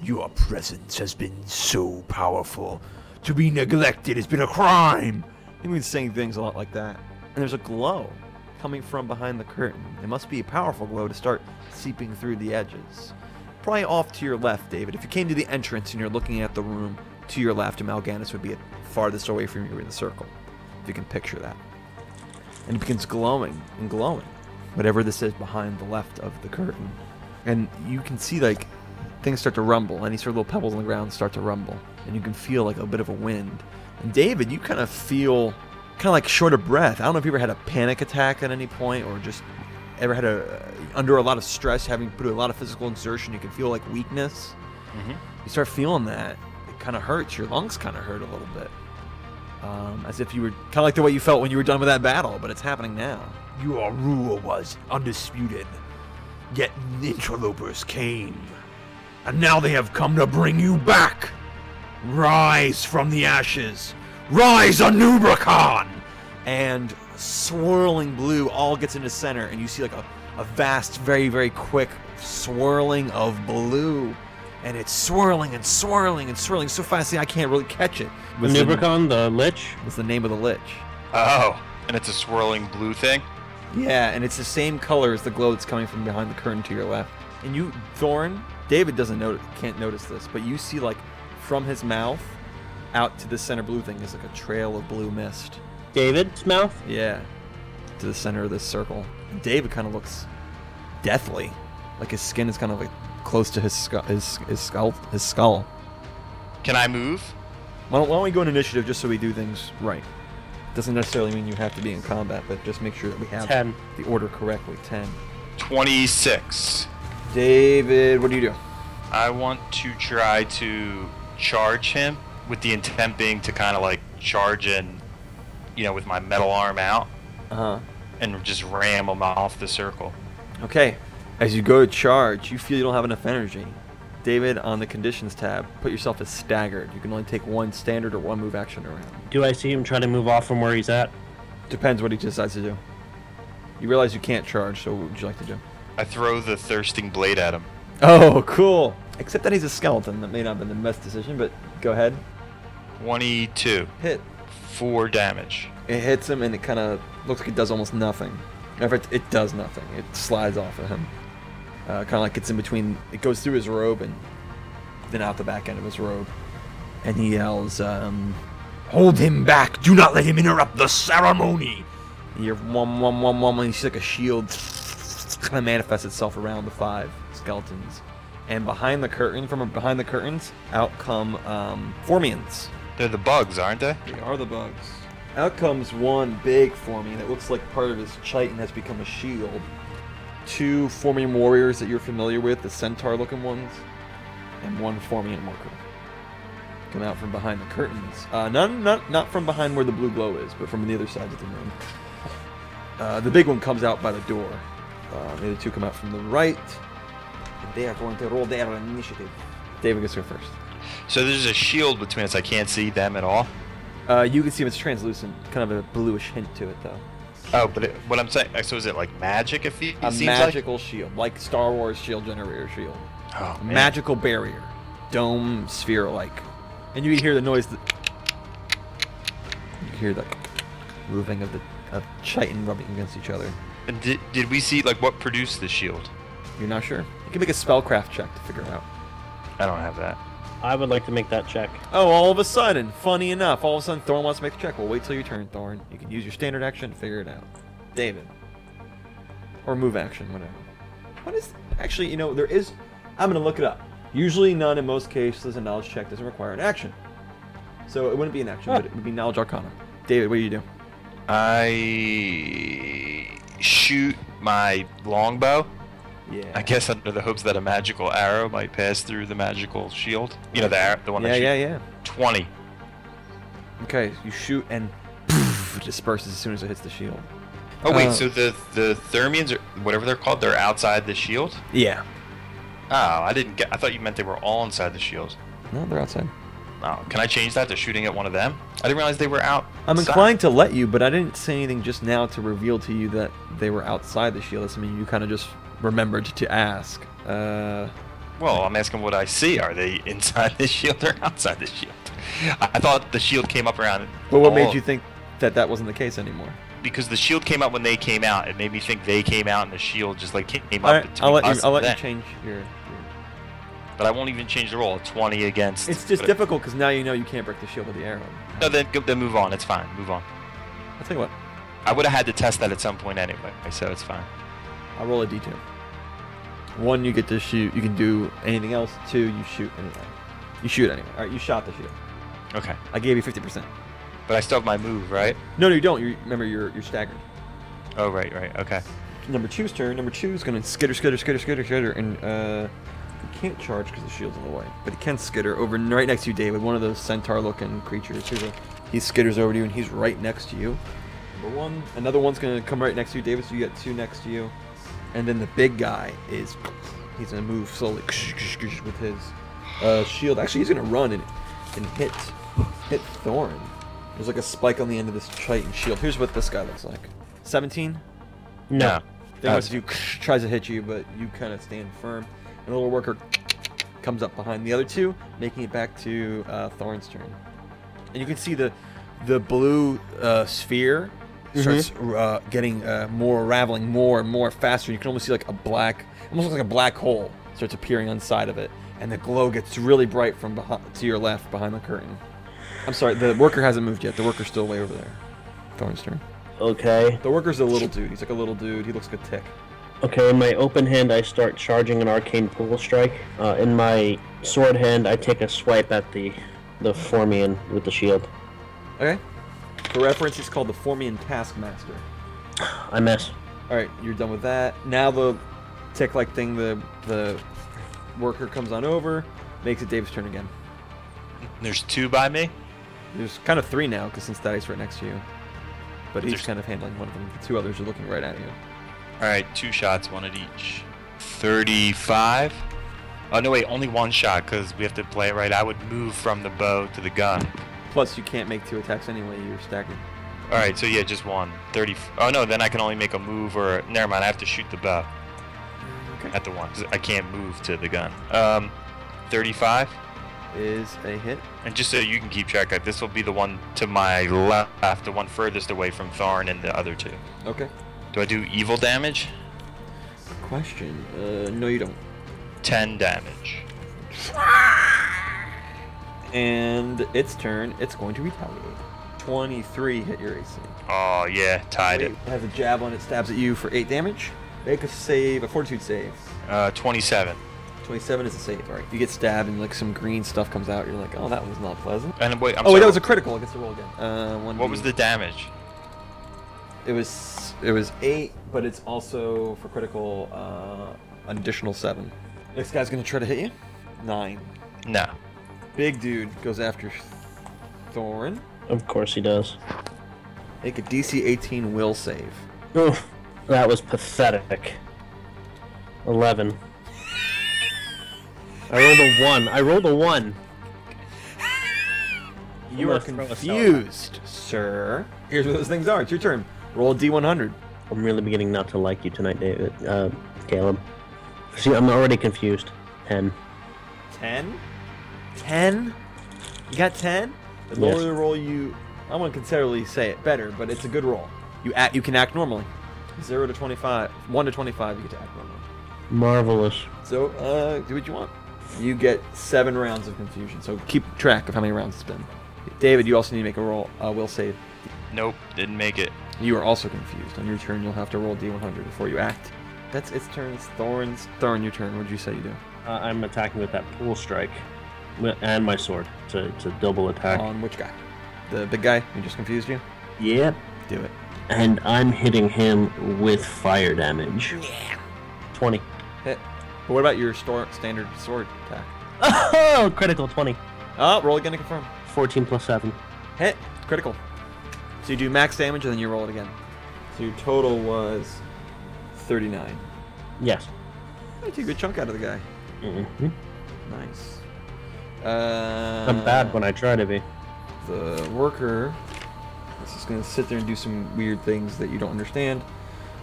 D: Your presence has been so powerful. To be neglected has been a crime.
A: He means saying things a lot like that. And there's a glow coming from behind the curtain. It must be a powerful glow to start seeping through the edges. Probably off to your left, David. If you came to the entrance and you're looking at the room, to your left, Mal'Ganis would be farthest away from you in the circle. If you can picture that. And it begins glowing and glowing. Whatever this is behind the left of the curtain. And you can see, like, things start to rumble. Any sort of little pebbles on the ground start to rumble. And you can feel, like, a bit of a wind. And David, you kind of feel kind of like short of breath. I don't know if you ever had a panic attack at any point or just ever had a under a lot of stress, having put a lot of physical exertion, you can feel like weakness. You start feeling that. It kind of hurts. Your lungs kind of hurt a little bit. Um, as if you were kind of like the way you felt when you were done with that battle, but it's happening now.
D: Your rule was undisputed. Yet interlopers came. And now they have come to bring you back. Rise from the ashes. Rise, Anubracon!
A: and swirling blue all gets into center and you see like a, a vast very very quick swirling of blue and it's swirling and swirling and swirling so fast that i can't really catch it
C: The Nubricon, the Lich.
A: was the name of the lich
B: Oh. And it's a swirling blue thing?
A: yeah and it's the same color as the glow that's coming from behind the curtain to your left and you thorn david doesn't know can't notice this but you see like from his mouth out to the center blue thing is like a trail of blue mist
C: David's mouth.
A: Yeah. To the center of this circle. David kind of looks deathly. Like his skin is kind of like close to his scu- his his skull his skull.
B: Can I move?
A: Why don't, why don't we go in initiative just so we do things right? Doesn't necessarily mean you have to be in combat, but just make sure that we have
C: 10.
A: the order correctly. Ten.
B: 26.
A: David, what do you do?
B: I want to try to charge him with the intent being to kind of like charge in, you know, with my metal arm out
A: Uh huh.
B: and just ram him off the circle.
A: Okay. As you go to charge, you feel you don't have enough energy. David, on the conditions tab, put yourself as staggered. You can only take one standard or one move action around.
C: Do I see him try to move off from where he's at?
A: Depends what he decides to do. You realize you can't charge, so what would you like to do?
B: I throw the thirsting blade at him.
A: Oh, cool. Except that he's a skeleton. That may not have been the best decision, but go ahead.
B: 22.
A: Hit.
B: 4 damage.
A: It hits him, and it kind of looks like it does almost nothing. In fact, it does nothing. It slides off of him. Uh, kind of like it's in between. It goes through his robe and then out the back end of his robe. And he yells, um,
D: Hold him back. Do not let him interrupt the ceremony.
A: you're one, one, one, one, one. You see like a shield kind of manifests itself around the five skeletons. And behind the curtain, from behind the curtains, out come um, Formians.
B: They're the bugs, aren't they?
A: They are the bugs. Out comes one big Formian that looks like part of his chitin has become a shield. Two Formian warriors that you're familiar with, the centaur looking ones, and one Formian worker. Come out from behind the curtains. Uh, not, not, not from behind where the blue glow is, but from the other side of the room. Uh, the big one comes out by the door. Uh, the other two come out from the right. And they are going to roll their initiative. David gets to go first.
B: So there's a shield between us. I can't see them at all.
A: Uh, you can see it's translucent, kind of a bluish hint to it, though.
B: Oh, but it, what I'm saying, so is it like magic if he,
A: a
B: seems
A: magical shield, like Star Wars shield generator shield.
B: like? Oh, man.
A: Magical barrier, dome sphere like, and you can hear the noise. That, you hear the moving of the of chitin rubbing against each other.
B: And Did, did we see, like, what produced the shield?
A: You're not sure. You can make a spellcraft check to figure it out.
B: I don't have that.
C: I would like to make that check.
A: Oh, all of a sudden, funny enough, all of a sudden Thorn wants to make the check. Well, wait till your turn, Thorn. You can use your standard action to figure it out. David. Or move action, whatever. What is. Actually, you know, there is. I'm going to look it up. Usually, none in most cases, a knowledge check doesn't require an action. So it wouldn't be an action, but it would be knowledge arcana. David, what do you do?
B: I shoot my longbow.
A: Yeah.
B: I guess under the hopes that a magical arrow might pass through the magical shield. You know the arrow, the one.
A: Yeah,
B: I shoot.
A: yeah, yeah.
B: Twenty.
A: Okay, you shoot and disperses as soon as it hits the shield.
B: Oh wait,
A: Uh,
B: so the the thermians or whatever they're called, they're outside the shield.
A: Yeah.
B: Oh, I didn't get. I thought you meant they were all inside the shield.
A: No, they're outside.
B: Oh, can I change that to shooting at one of them? I didn't realize they were out.
A: I'm inclined to let you, but I didn't say anything just now to reveal to you that they were outside the shield. I mean, you kind of just remembered to ask. Uh,
B: Well, I'm asking what I see. Are they inside the shield or outside the shield? I I thought the shield came up around.
A: but what made
B: all-
A: you think that that wasn't the case anymore?
B: because the shield came out when they came out. It made me think they came out and the shield just like came
A: All
B: up.
A: right, I'll let you.
B: between us
A: I'll let
B: and them.
A: you change your. your...
B: But I won't even change the roll. A Twenty against.
A: It's just
B: but-
A: difficult because now you know you can't break the shield with the arrow.
B: No, then go- then move on. It's fine. Move on.
A: I'll tell you what.
B: I would have had to test that at some point anyway, so it's fine.
A: I'll roll a d2. One, you get to shoot. You can do anything else. Two, you shoot anyway. You shoot anyway. All right, you shot the shield.
B: Okay.
A: I gave you 50%.
B: But I still have my move, right?
A: No, no, you don't. You remember you're you're staggered.
B: Oh, right, right. Okay.
A: number two's turn. Number two's gonna skitter, skitter, skitter, skitter, skitter, and uh, he can't charge because the shield's in the way, but he can skitter over n- right next to you, David. One of those centaur-looking creatures. Here's a, he skitters over to you, and he's right next to you. Number one, another one's gonna come right next to you, David. So you got two next to you, and then the big guy is he's gonna move slowly with his uh, shield. Actually, he's gonna run and and hit hit Thorn. There's like a spike on the end of this Triton shield. Here's what this guy looks like. 17.
C: No.
A: They wants to do tries to hit you, but you kind of stand firm. And little worker comes up behind the other two, making it back to uh, Thorn's turn. And you can see the the blue uh, sphere starts uh, getting uh, more raveling more and more faster. You can almost see like a black, almost looks like a black hole starts appearing on the side of it, and the glow gets really bright from behind to your left behind the curtain. I'm sorry, the worker hasn't moved yet. The worker's still way over there. Thorn's turn.
C: Okay.
A: The worker's a little dude. He's like a little dude. He looks like a tick.
C: Okay, in my open hand, I start charging an arcane pool strike. Uh, in my sword hand, I take a swipe at the the Formian with the shield.
A: Okay. For reference, it's called the Formian Taskmaster.
C: I miss.
A: All right, you're done with that. Now the tick like thing, the the worker comes on over, makes it Dave's turn again.
B: There's two by me.
A: There's kind of three now because since Daddy's right next to you, but he's
B: There's-
A: kind of handling one of them. The two others are looking right at you.
B: All right, two shots, one at each. Thirty-five. Oh no, wait, only one shot because we have to play it right. I would move from the bow to the gun.
A: Plus, you can't make two attacks anyway. You're staggered.
B: All right, so yeah, just one. Thirty. Oh no, then I can only make a move or never mind. I have to shoot the bow.
A: Okay.
B: At the one, 'cause I can't move to the gun. Um, thirty-five.
A: Is a hit.
B: And just so you can keep track, of, this will be the one to my left, the one furthest away from Tharn and the other two.
A: Okay.
B: Do I do evil damage?
A: Question. Uh, no, you don't.
B: 10 damage.
A: And its turn. It's going to retaliate. Twenty-three hit your AC.
B: Oh, yeah, tied
A: It
B: it.
A: has a jab on it. Stabs at you for eight damage. Make a save. A fortitude save.
B: Uh, 27.
A: 27 is a save. All right. You get stabbed and like some green stuff comes out. You're like, oh, that was not pleasant.
B: And wait, I'm
A: oh, wait,
B: sorry.
A: that was a critical. I guess the roll again. Uh, one.
B: What
A: D-
B: was the damage?
A: It was it was eight, but it's also for critical uh, an additional seven. This guy's gonna try to hit you. Nine.
B: No.
A: Big dude goes after Thorn.
C: Of course he does.
A: Make a DC 18 will save.
C: Oh, that was pathetic. Eleven. I rolled a one. I rolled a one.
A: You
C: I'm
A: are
C: gonna throw a
A: confused, sir. Here's what those things are. It's your turn. Roll a D100.
C: I'm really beginning not to like you tonight, David. Uh, Caleb. See, I'm already confused. Ten.
A: Ten. Ten. You got ten. The
C: Yes.
A: lower the roll, you. I wouldn't considerably say it better, but it's a good roll. You act. You can act normally. Zero to twenty-five. One to twenty-five. You get to act normally.
C: Marvelous.
A: So, uh, do what you want. You get seven rounds of confusion, so keep track of how many rounds it's been. David, you also need to make a roll, uh, will save.
B: Nope, didn't make it.
A: You are also confused. On your turn, you'll have to roll D100 before you act. That's its turn. It's Thorn's. Thorn, your turn. What'd you say you do?
C: Uh, I'm attacking with that pool strike, Wi- and my sword. It's a, it's a double attack.
A: On which guy? The big guy who just confused you?
C: yep.
A: Do it.
C: And I'm hitting him with fire damage. Yeah. Twenty.
A: Hit. But what about your stor- standard sword attack?
C: Oh, critical twenty.
A: Oh, roll again to confirm.
C: Fourteen plus seven.
A: Hit. Critical. So you do max damage and then you roll it again. So your total was 39.
C: Yes.
A: You took a good chunk out of the guy.
C: Mm-hmm.
A: Nice. Uh,
C: I'm bad when I try to be.
A: The worker is just going to sit there and do some weird things that you don't understand.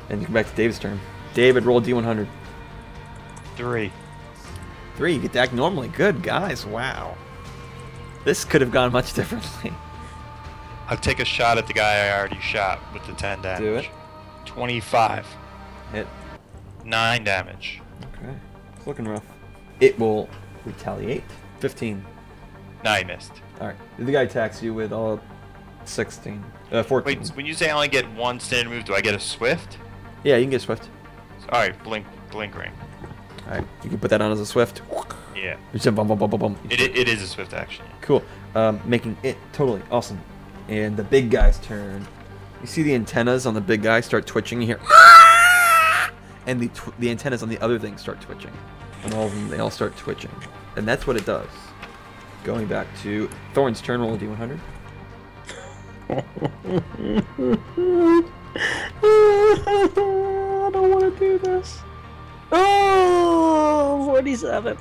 A: And you come back to David's turn. David, roll D100.
B: Three.
A: Three, you get to act normally. Good, guys. Wow. This could have gone much differently.
B: I'll take a shot at the guy I already shot with the 10 damage.
A: Do it.
B: 25.
A: Hit.
B: 9 damage.
A: Okay. It's looking rough. It will retaliate. 15.
B: No, I missed.
A: All right. The guy attacks you with all 16. Uh, 14.
B: Wait, when you say I only get one standard move, do I get a swift?
A: Yeah, you can get swift.
B: Alright, blink, blink ring.
A: All right. You can put that on as a swift.
B: Yeah.
A: It's a bum, bum, bum, bum, bum.
B: It, it is a swift action.
A: Cool. Um, making it totally awesome. And the big guy's turn. You see the antennas on the big guy start twitching. You hear, "Ah!" and the tw- the antennas on the other thing start twitching. And all of them, they all start twitching. And that's what it does. Going back to Thorn's turn, roll a d100.
C: I don't want to do this. Oh, 47.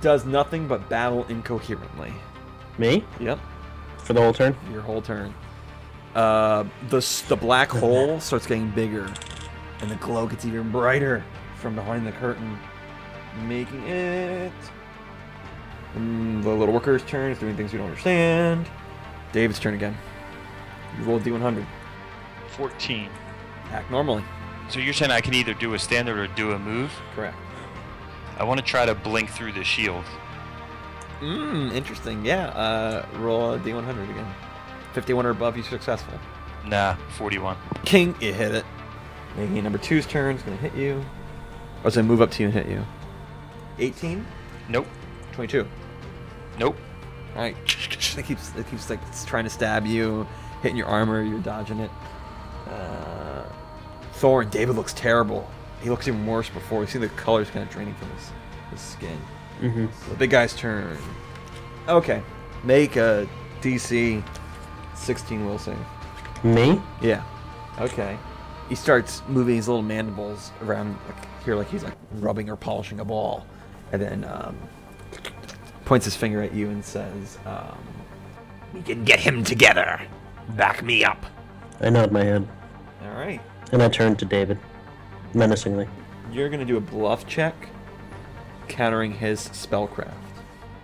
A: Does nothing but battle incoherently.
C: Me?
A: Yep.
C: For the whole turn?
A: your whole turn. Uh, the s- the black hole starts getting bigger, and the glow gets even brighter from behind the curtain, making it. Mm, the little worker's turn is doing things you don't understand. David's turn again. You roll D100.
B: 14.
A: Act normally.
B: So you're saying I can either do a standard or do a move?
A: Correct.
B: I want to try to blink through the shield.
A: Mmm, interesting. Yeah. Uh, roll a D100 again. 51 or above, you're successful.
B: Nah, 41.
A: King, you hit it. Making it number two's turn. It's going to hit you. I was going to move up to you and hit you. 18,
B: Nope.
A: 22.
B: Nope.
A: All right. It keeps it keeps like it's trying to stab you, hitting your armor. You're dodging it. Uh, Thorn. David looks terrible. He looks even worse before. We see the colors kind of draining from his his skin.
C: Mm-hmm.
A: The big guy's turn. Okay. Make a DC 16 will save.
C: Me?
A: Yeah. Okay. He starts moving his little mandibles around like, here, like he's like rubbing or polishing a ball, and then um, points his finger at you and says, um,
D: We can get him together. Back me up.
C: I nod my head,
A: "All right,
C: and I turn to David, menacingly.
A: you're gonna do a bluff check, countering his spellcraft."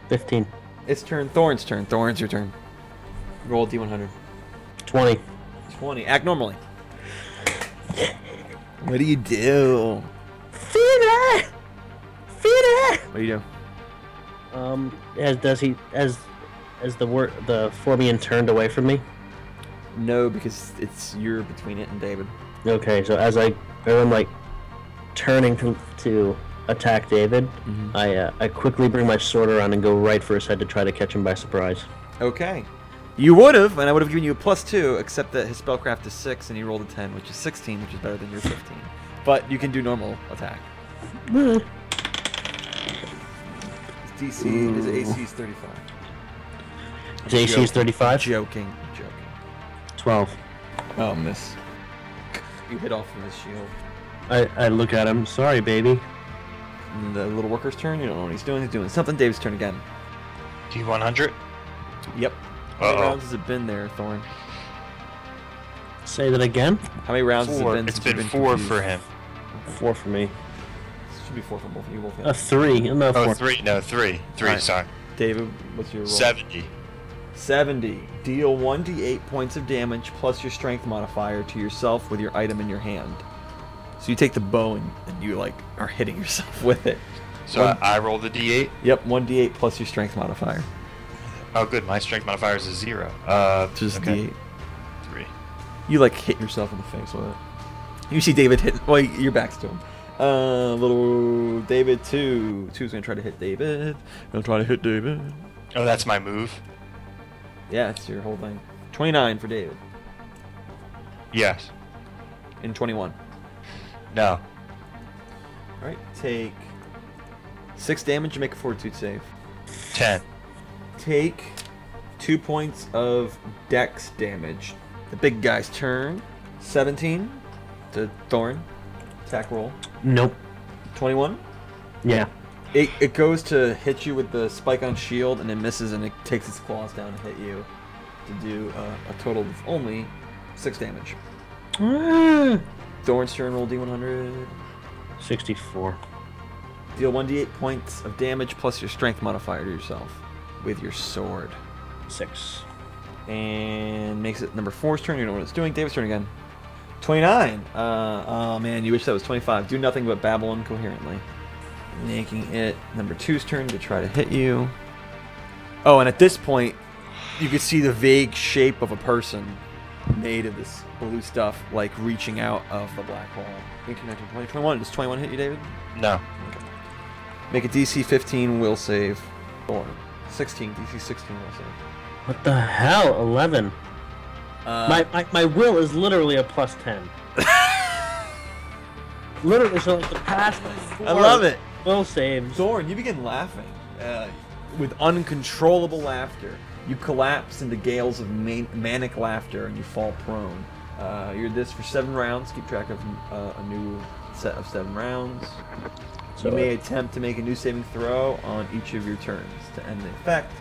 C: Fifteen.
A: It's turn. Thorn's turn. Thorn's your turn. Roll d100.
C: Twenty.
A: 20. Act normally. What do you do?
C: Feeder! Feeder!
A: What do you do?
C: Um, as does he as as the wor- the Formian turned away from me.
A: No, because it's you're between it and David.
C: Okay, so as I as I'm like turning to to attack David,
B: Mm-hmm.
C: I uh, I quickly bring my sword around and go right for his head to try to catch him by surprise.
A: Okay. You would have, and I would have given you a plus two, except that his spellcraft is six, and he rolled a ten, which is sixteen, which is better than your fifteen. But you can do normal attack. His DC his AC is thirty-five.
C: JC is 35.
A: Joking, joking.
C: 12.
A: Oh, miss. You hit off from his shield.
C: I, I look at him. Sorry, baby.
A: And the little worker's turn. You don't know what he's doing. He's doing something. Dave's turn again.
B: D100.
A: Yep. How many
B: Uh-oh.
A: rounds has it been there, Thorn?
C: Say that again.
A: How many rounds has it
B: Four.
A: been?
B: It's
A: since you've
B: been four
A: confused?
B: for him.
C: Four for me.
A: Should be four for both of you. Both.
C: A three. No,
B: Oh,
C: four.
B: three. No, three. Three,
A: Alright.
B: sorry.
A: David, what's your roll?
B: 70.
A: 70. Deal 1d8 points of damage plus your strength modifier to yourself with your item in your hand. So you take the bow and, and you like are hitting yourself with it.
B: So
A: One-
B: I, I roll the D8.
A: Yep, 1d8 plus your strength modifier.
B: Oh, good. My strength modifier is a zero. Uh,
A: It's just
B: okay.
A: d8.
B: Three.
A: You like hit yourself in the face with it. You see David hit. Well, your back's to him. Uh, little David two. Two's gonna try to hit David. Gonna try to hit David.
B: Oh, that's my move.
A: Yeah, it's your whole thing. Twenty nine for David
B: Yes.
A: and twenty one.
B: No.
A: All right, take six damage and make a fortitude save.
B: Ten.
A: Take two points of dex damage. The big guy's turn. 17 to Thorn. Attack roll.
C: Nope.
A: 21.
C: Yeah.
A: It, it goes to hit you with the spike on shield and it misses and it takes its claws down to hit you to do uh, a total of only six damage. Thorn's turn roll D100.
C: 64.
A: Deal 1d8 points of damage plus your strength modifier to yourself with your sword.
C: Six.
A: and makes it number four's turn. You don't know what it's doing. David's turn again. 29. Uh, oh man, you wish that was 25. Do nothing but babble incoherently. Making it number two's turn to try to hit you. Oh, and at this point, you could see the vague shape of a person made of this blue stuff, like reaching out of the black hole. 18, 19, 20, 21. Does 21 hit you, David?
B: No.
A: Make a DC 15 will save. Or 16. DC 16 will save.
C: What the hell? 11.
A: Uh,
C: my, my, my will is literally a plus 10. literally, so like the past.
A: I love it.
C: Will saves.
A: Zorn, you begin laughing uh, with uncontrollable laughter. You collapse into gales of man- manic laughter and you fall prone. Uh, you're this for seven rounds. Keep track of uh, a new set of seven rounds.
C: So,
A: you may attempt to make a new saving throw on each of your turns to end the effect.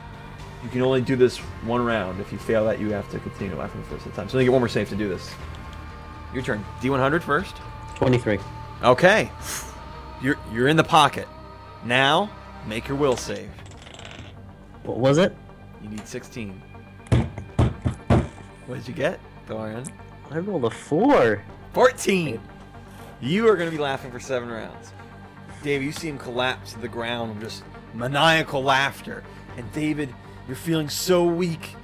A: You can only do this one round. If you fail that, you have to continue laughing for the rest of the time. So you get one more save to do this. Your turn. D100 first.
C: 23.
A: Okay. You're you're in the pocket. Now, make your will save.
C: What was it?
A: You need 16. What did you get, Dorian?
C: I rolled a four.
A: 14. You are going to be laughing for seven rounds. Dave, you see him collapse to the ground with just maniacal laughter. And David, you're feeling so weak.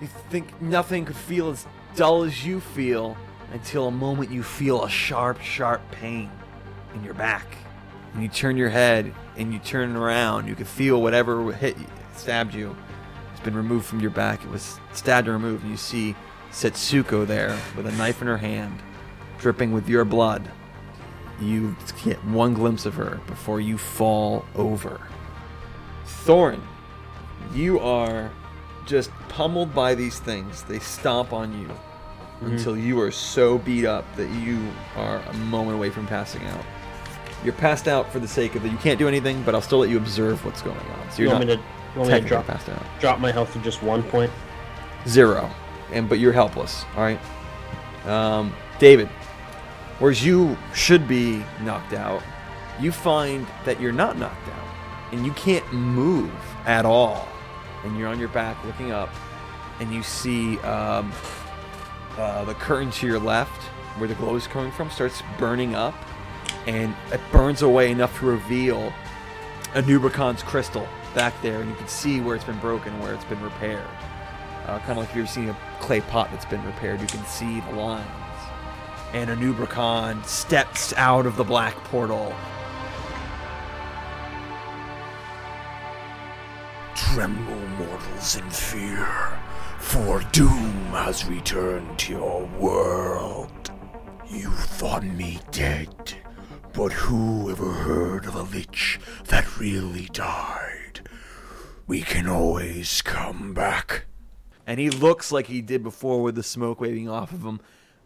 A: You think nothing could feel as dull as you feel. until a moment you feel a sharp, sharp pain in your back. And you turn your head and you turn around. You can feel whatever hit you, stabbed you. It's been removed from your back. It was stabbed and removed. And you see Setsuko there with a knife in her hand, dripping with your blood. You get one glimpse of her before you fall over. Thorin, you are just pummeled by these things. They stomp on you
C: Mm-hmm.
A: until you are so beat up that you are a moment away from passing out. You're passed out for the sake of that. You can't do anything, but I'll still let you observe what's going on. So
C: You
A: you're
C: want
A: not
C: me to, you want me to
A: technically
C: drop,
A: passed out.
C: drop my health to just one point?
A: Zero, and but you're helpless. All right, um, David. Whereas you should be knocked out, you find that you're not knocked out, and you can't move at all, and you're on your back looking up, and you see um, uh, the curtain to your left, where the glow is coming from, starts burning up, and it burns away enough to reveal a Nubicon's crystal back there, and you can see where it's been broken, where it's been repaired uh, kind of like if you've seen a clay pot that's been repaired, you can see the lines. And a Nubricon steps out of the black portal.
D: Tremble, mortals, in fear, for doom has returned to your world. You thought me dead, but who ever heard of a lich that really died? We can always come back.
A: And he looks like he did before with the smoke waving off of him,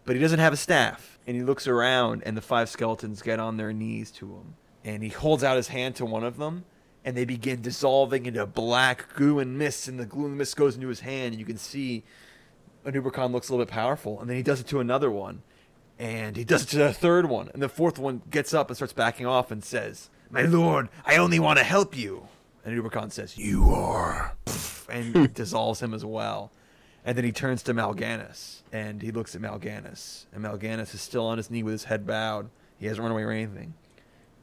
A: but he doesn't have a staff. And he looks around, and the five skeletons get on their knees to him. And he holds out his hand to one of them, and they begin dissolving into black goo and mist. And the goo and mist goes into his hand, and you can see a Nubricon looks a little bit powerful, and then he does it to another one, and he does it to the third one, and the fourth one gets up and starts backing off and says, "My lord, I only want to help you." And Nubricon says, "You are," and dissolves him as well, and then he turns to Mal'Ganis, and he looks at Mal'Ganis, and Mal'Ganis is still on his knee with his head bowed. He hasn't run away or anything,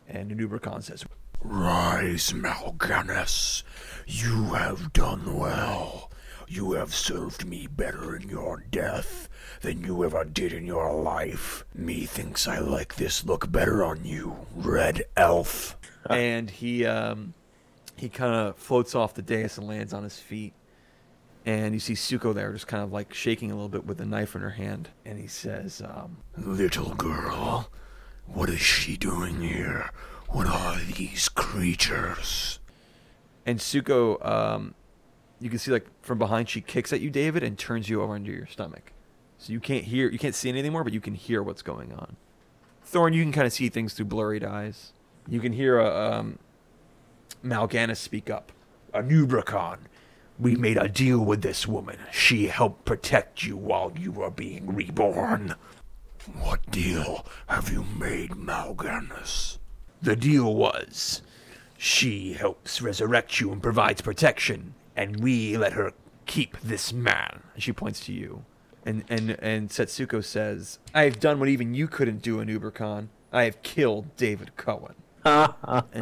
A: and Nubricon says,
D: Rise, Malganus. You have done well. You have served me better in your death than you ever did in your life. Methinks I like this look better on you, red elf.
A: and he um, he kind of floats off the dais and lands on his feet. And you see Suko there, just kind of like shaking a little bit with a knife in her hand. And he says, um,
D: Little girl, what is she doing here? What are these creatures?
A: and Suko, um, you can see like from behind, she kicks at you, David, and turns you over into your stomach. So you can't hear, you can't see anything more, but you can hear what's going on. Thorn, you can kind of see things through blurred eyes. You can hear a, um, Mal'Ganis speak up.
D: A Nubricon. We made a deal with this woman. She helped protect you while you were being reborn. What deal have you made, Malganus? The deal was she helps resurrect you and provides protection, and we let her keep this man.
A: and she points to you. And and and Setsuko says, "I have done what even you couldn't do in Ubercon. I have killed David Cohen." and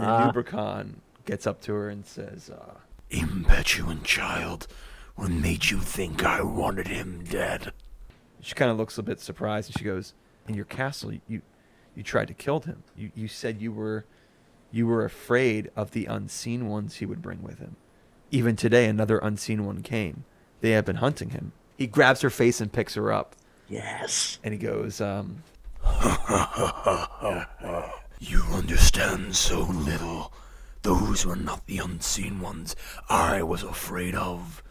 A: Ubercon gets up to her and says, uh,
D: Impetuous child, what made you think I wanted him dead?
A: she kind of looks a bit surprised and she goes, "In your castle, you you tried to kill him. You you said you were you were afraid of the unseen ones he would bring with him. Even today another unseen one came. They have been hunting him." He grabs her face and picks her up
C: Yes.
A: and he goes, um,
D: You understand so little. Those were not the unseen ones I was afraid of.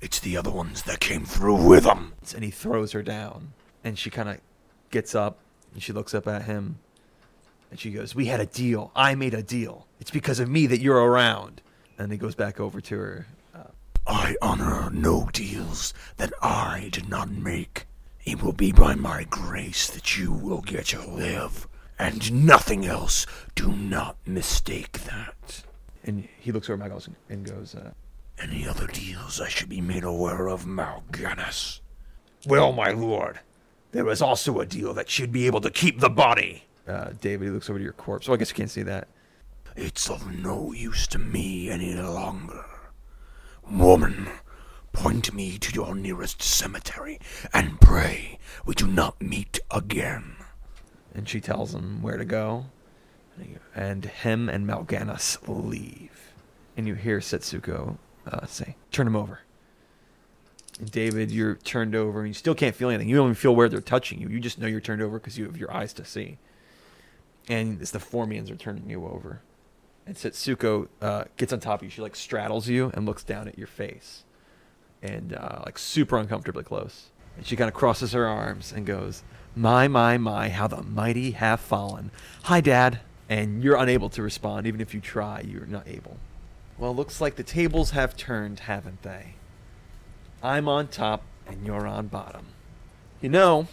D: It's the other ones that came through with them.
A: and he throws her down. And she kind of gets up and she looks up at him and she goes, We had a deal. I made a deal. It's because of me that you're around. And he goes back over to her.
D: I honor no deals that I did not make. It will be by my grace that you will get to live, and nothing else. Do not mistake that.
A: And he looks over at Michael and goes, uh,
D: Any other deals I should be made aware of, Malganus? Well, my lord, there is also a deal that she'd be able to keep the body.
A: uh, David, he looks over to your corpse. Well, I guess you can't see that.
D: It's of no use to me any longer. Woman, Point me to your nearest cemetery and pray we do not meet again.
A: and she tells him where to go. And him and Malganus leave. And you hear Setsuko uh, say, Turn him over. And David, you're turned over and you still can't feel anything. You don't even feel where they're touching you. You just know you're turned over because you have your eyes to see. And it's the Formians are turning you over. And Setsuko uh, gets on top of you. She like straddles you and looks down at your face. And uh, like super uncomfortably close. And she kind of crosses her arms and goes, My, my, my, how the mighty have fallen. Hi, Dad. And you're unable to respond. Even if you try, you're not able. Well, looks like the tables have turned, haven't they? I'm on top and you're on bottom. You know,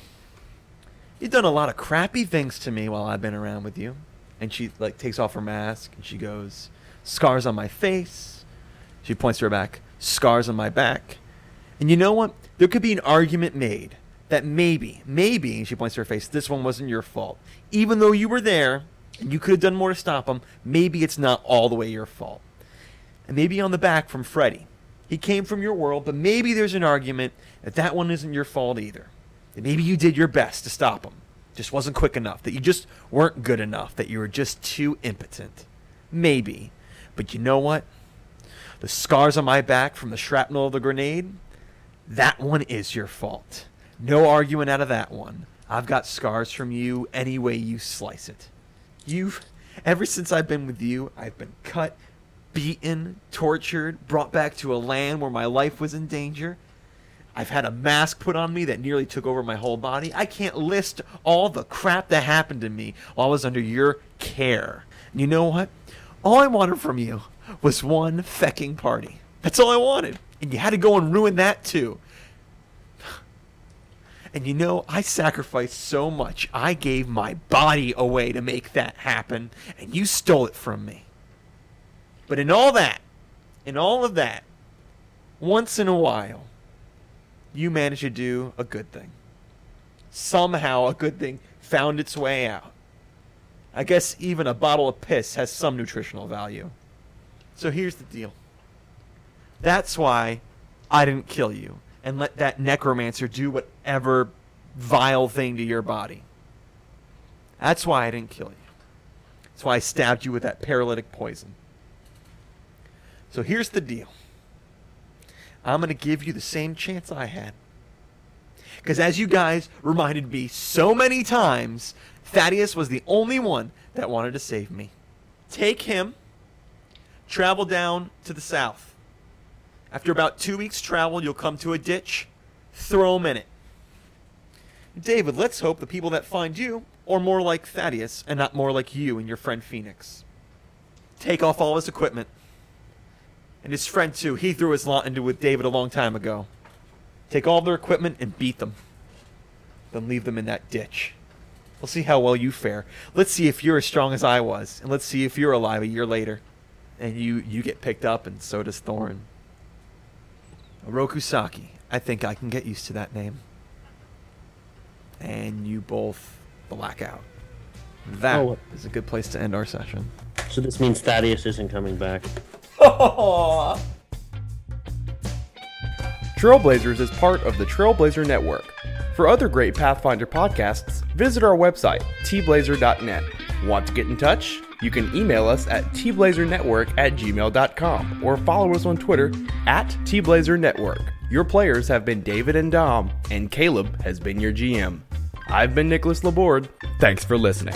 A: you've done a lot of crappy things to me while I've been around with you. And she like takes off her mask and she goes, "Scars on my face." She points to her back, "Scars on my back." And you know what? There could be an argument made that maybe, maybe, and she points to her face, this one wasn't your fault. Even though you were there and you could have done more to stop him, maybe it's not all the way your fault and maybe on the back from Freddy. He came from your world, but maybe there's an argument that that one isn't your fault either. That maybe you did your best to stop him, just wasn't quick enough, that you just weren't good enough, that you were just too impotent. Maybe. But you know what? The scars on my back from the shrapnel of the grenade, that one is your fault. No arguing out of that one. I've got scars from you any way you slice it. You've ever since I've been with you, I've been cut, beaten, tortured, brought back to a land where my life was in danger. I've had a mask put on me that nearly took over my whole body. I can't list all the crap that happened to me while I was under your care. And you know what? All I wanted from you was one fecking party. That's all I wanted. And you had to go and ruin that too. And you know, I sacrificed so much. I gave my body away to make that happen, and you stole it from me. But in all that, in all of that, once in a while, you managed to do a good thing. Somehow, a good thing found its way out. I guess even a bottle of piss has some nutritional value. So here's the deal. That's why I didn't kill you and let that necromancer do whatever vile thing to your body. That's why I didn't kill you. That's why I stabbed you with that paralytic poison. So here's the deal I'm going to give you the same chance I had. Because as you guys reminded me so many times, Thaddeus was the only one that wanted to save me. Take him, travel down to the south. After about two weeks' travel, you'll come to a ditch, throw him in it. David, let's hope the people that find you are more like Thaddeus and not more like you and your friend Phoenix. Take off all his equipment. And his friend, too, he threw his lot into with David a long time ago. Take all their equipment and beat them. Then leave them in that ditch. We'll see how well you fare. Let's see if you're as strong as I was, and let's see if you're alive a year later. And you, you get picked up, and so does Thorin. Orokusaki. I think I can get used to that name. And you both black out. That is
C: Oh.
A: a good place to end our session.
C: So this means Thaddeus isn't coming back.
I: Trailblazers is part of the Trailblazer Network. For other great Pathfinder podcasts, visit our website, tblazer.net. Want to get in touch? You can email us at tblazernetwork at gmail.com or follow us on Twitter at tblazernetwork. Your players have been David and Dom, and Caleb has been your GM. I've been Nicholas Laborde. Thanks for listening.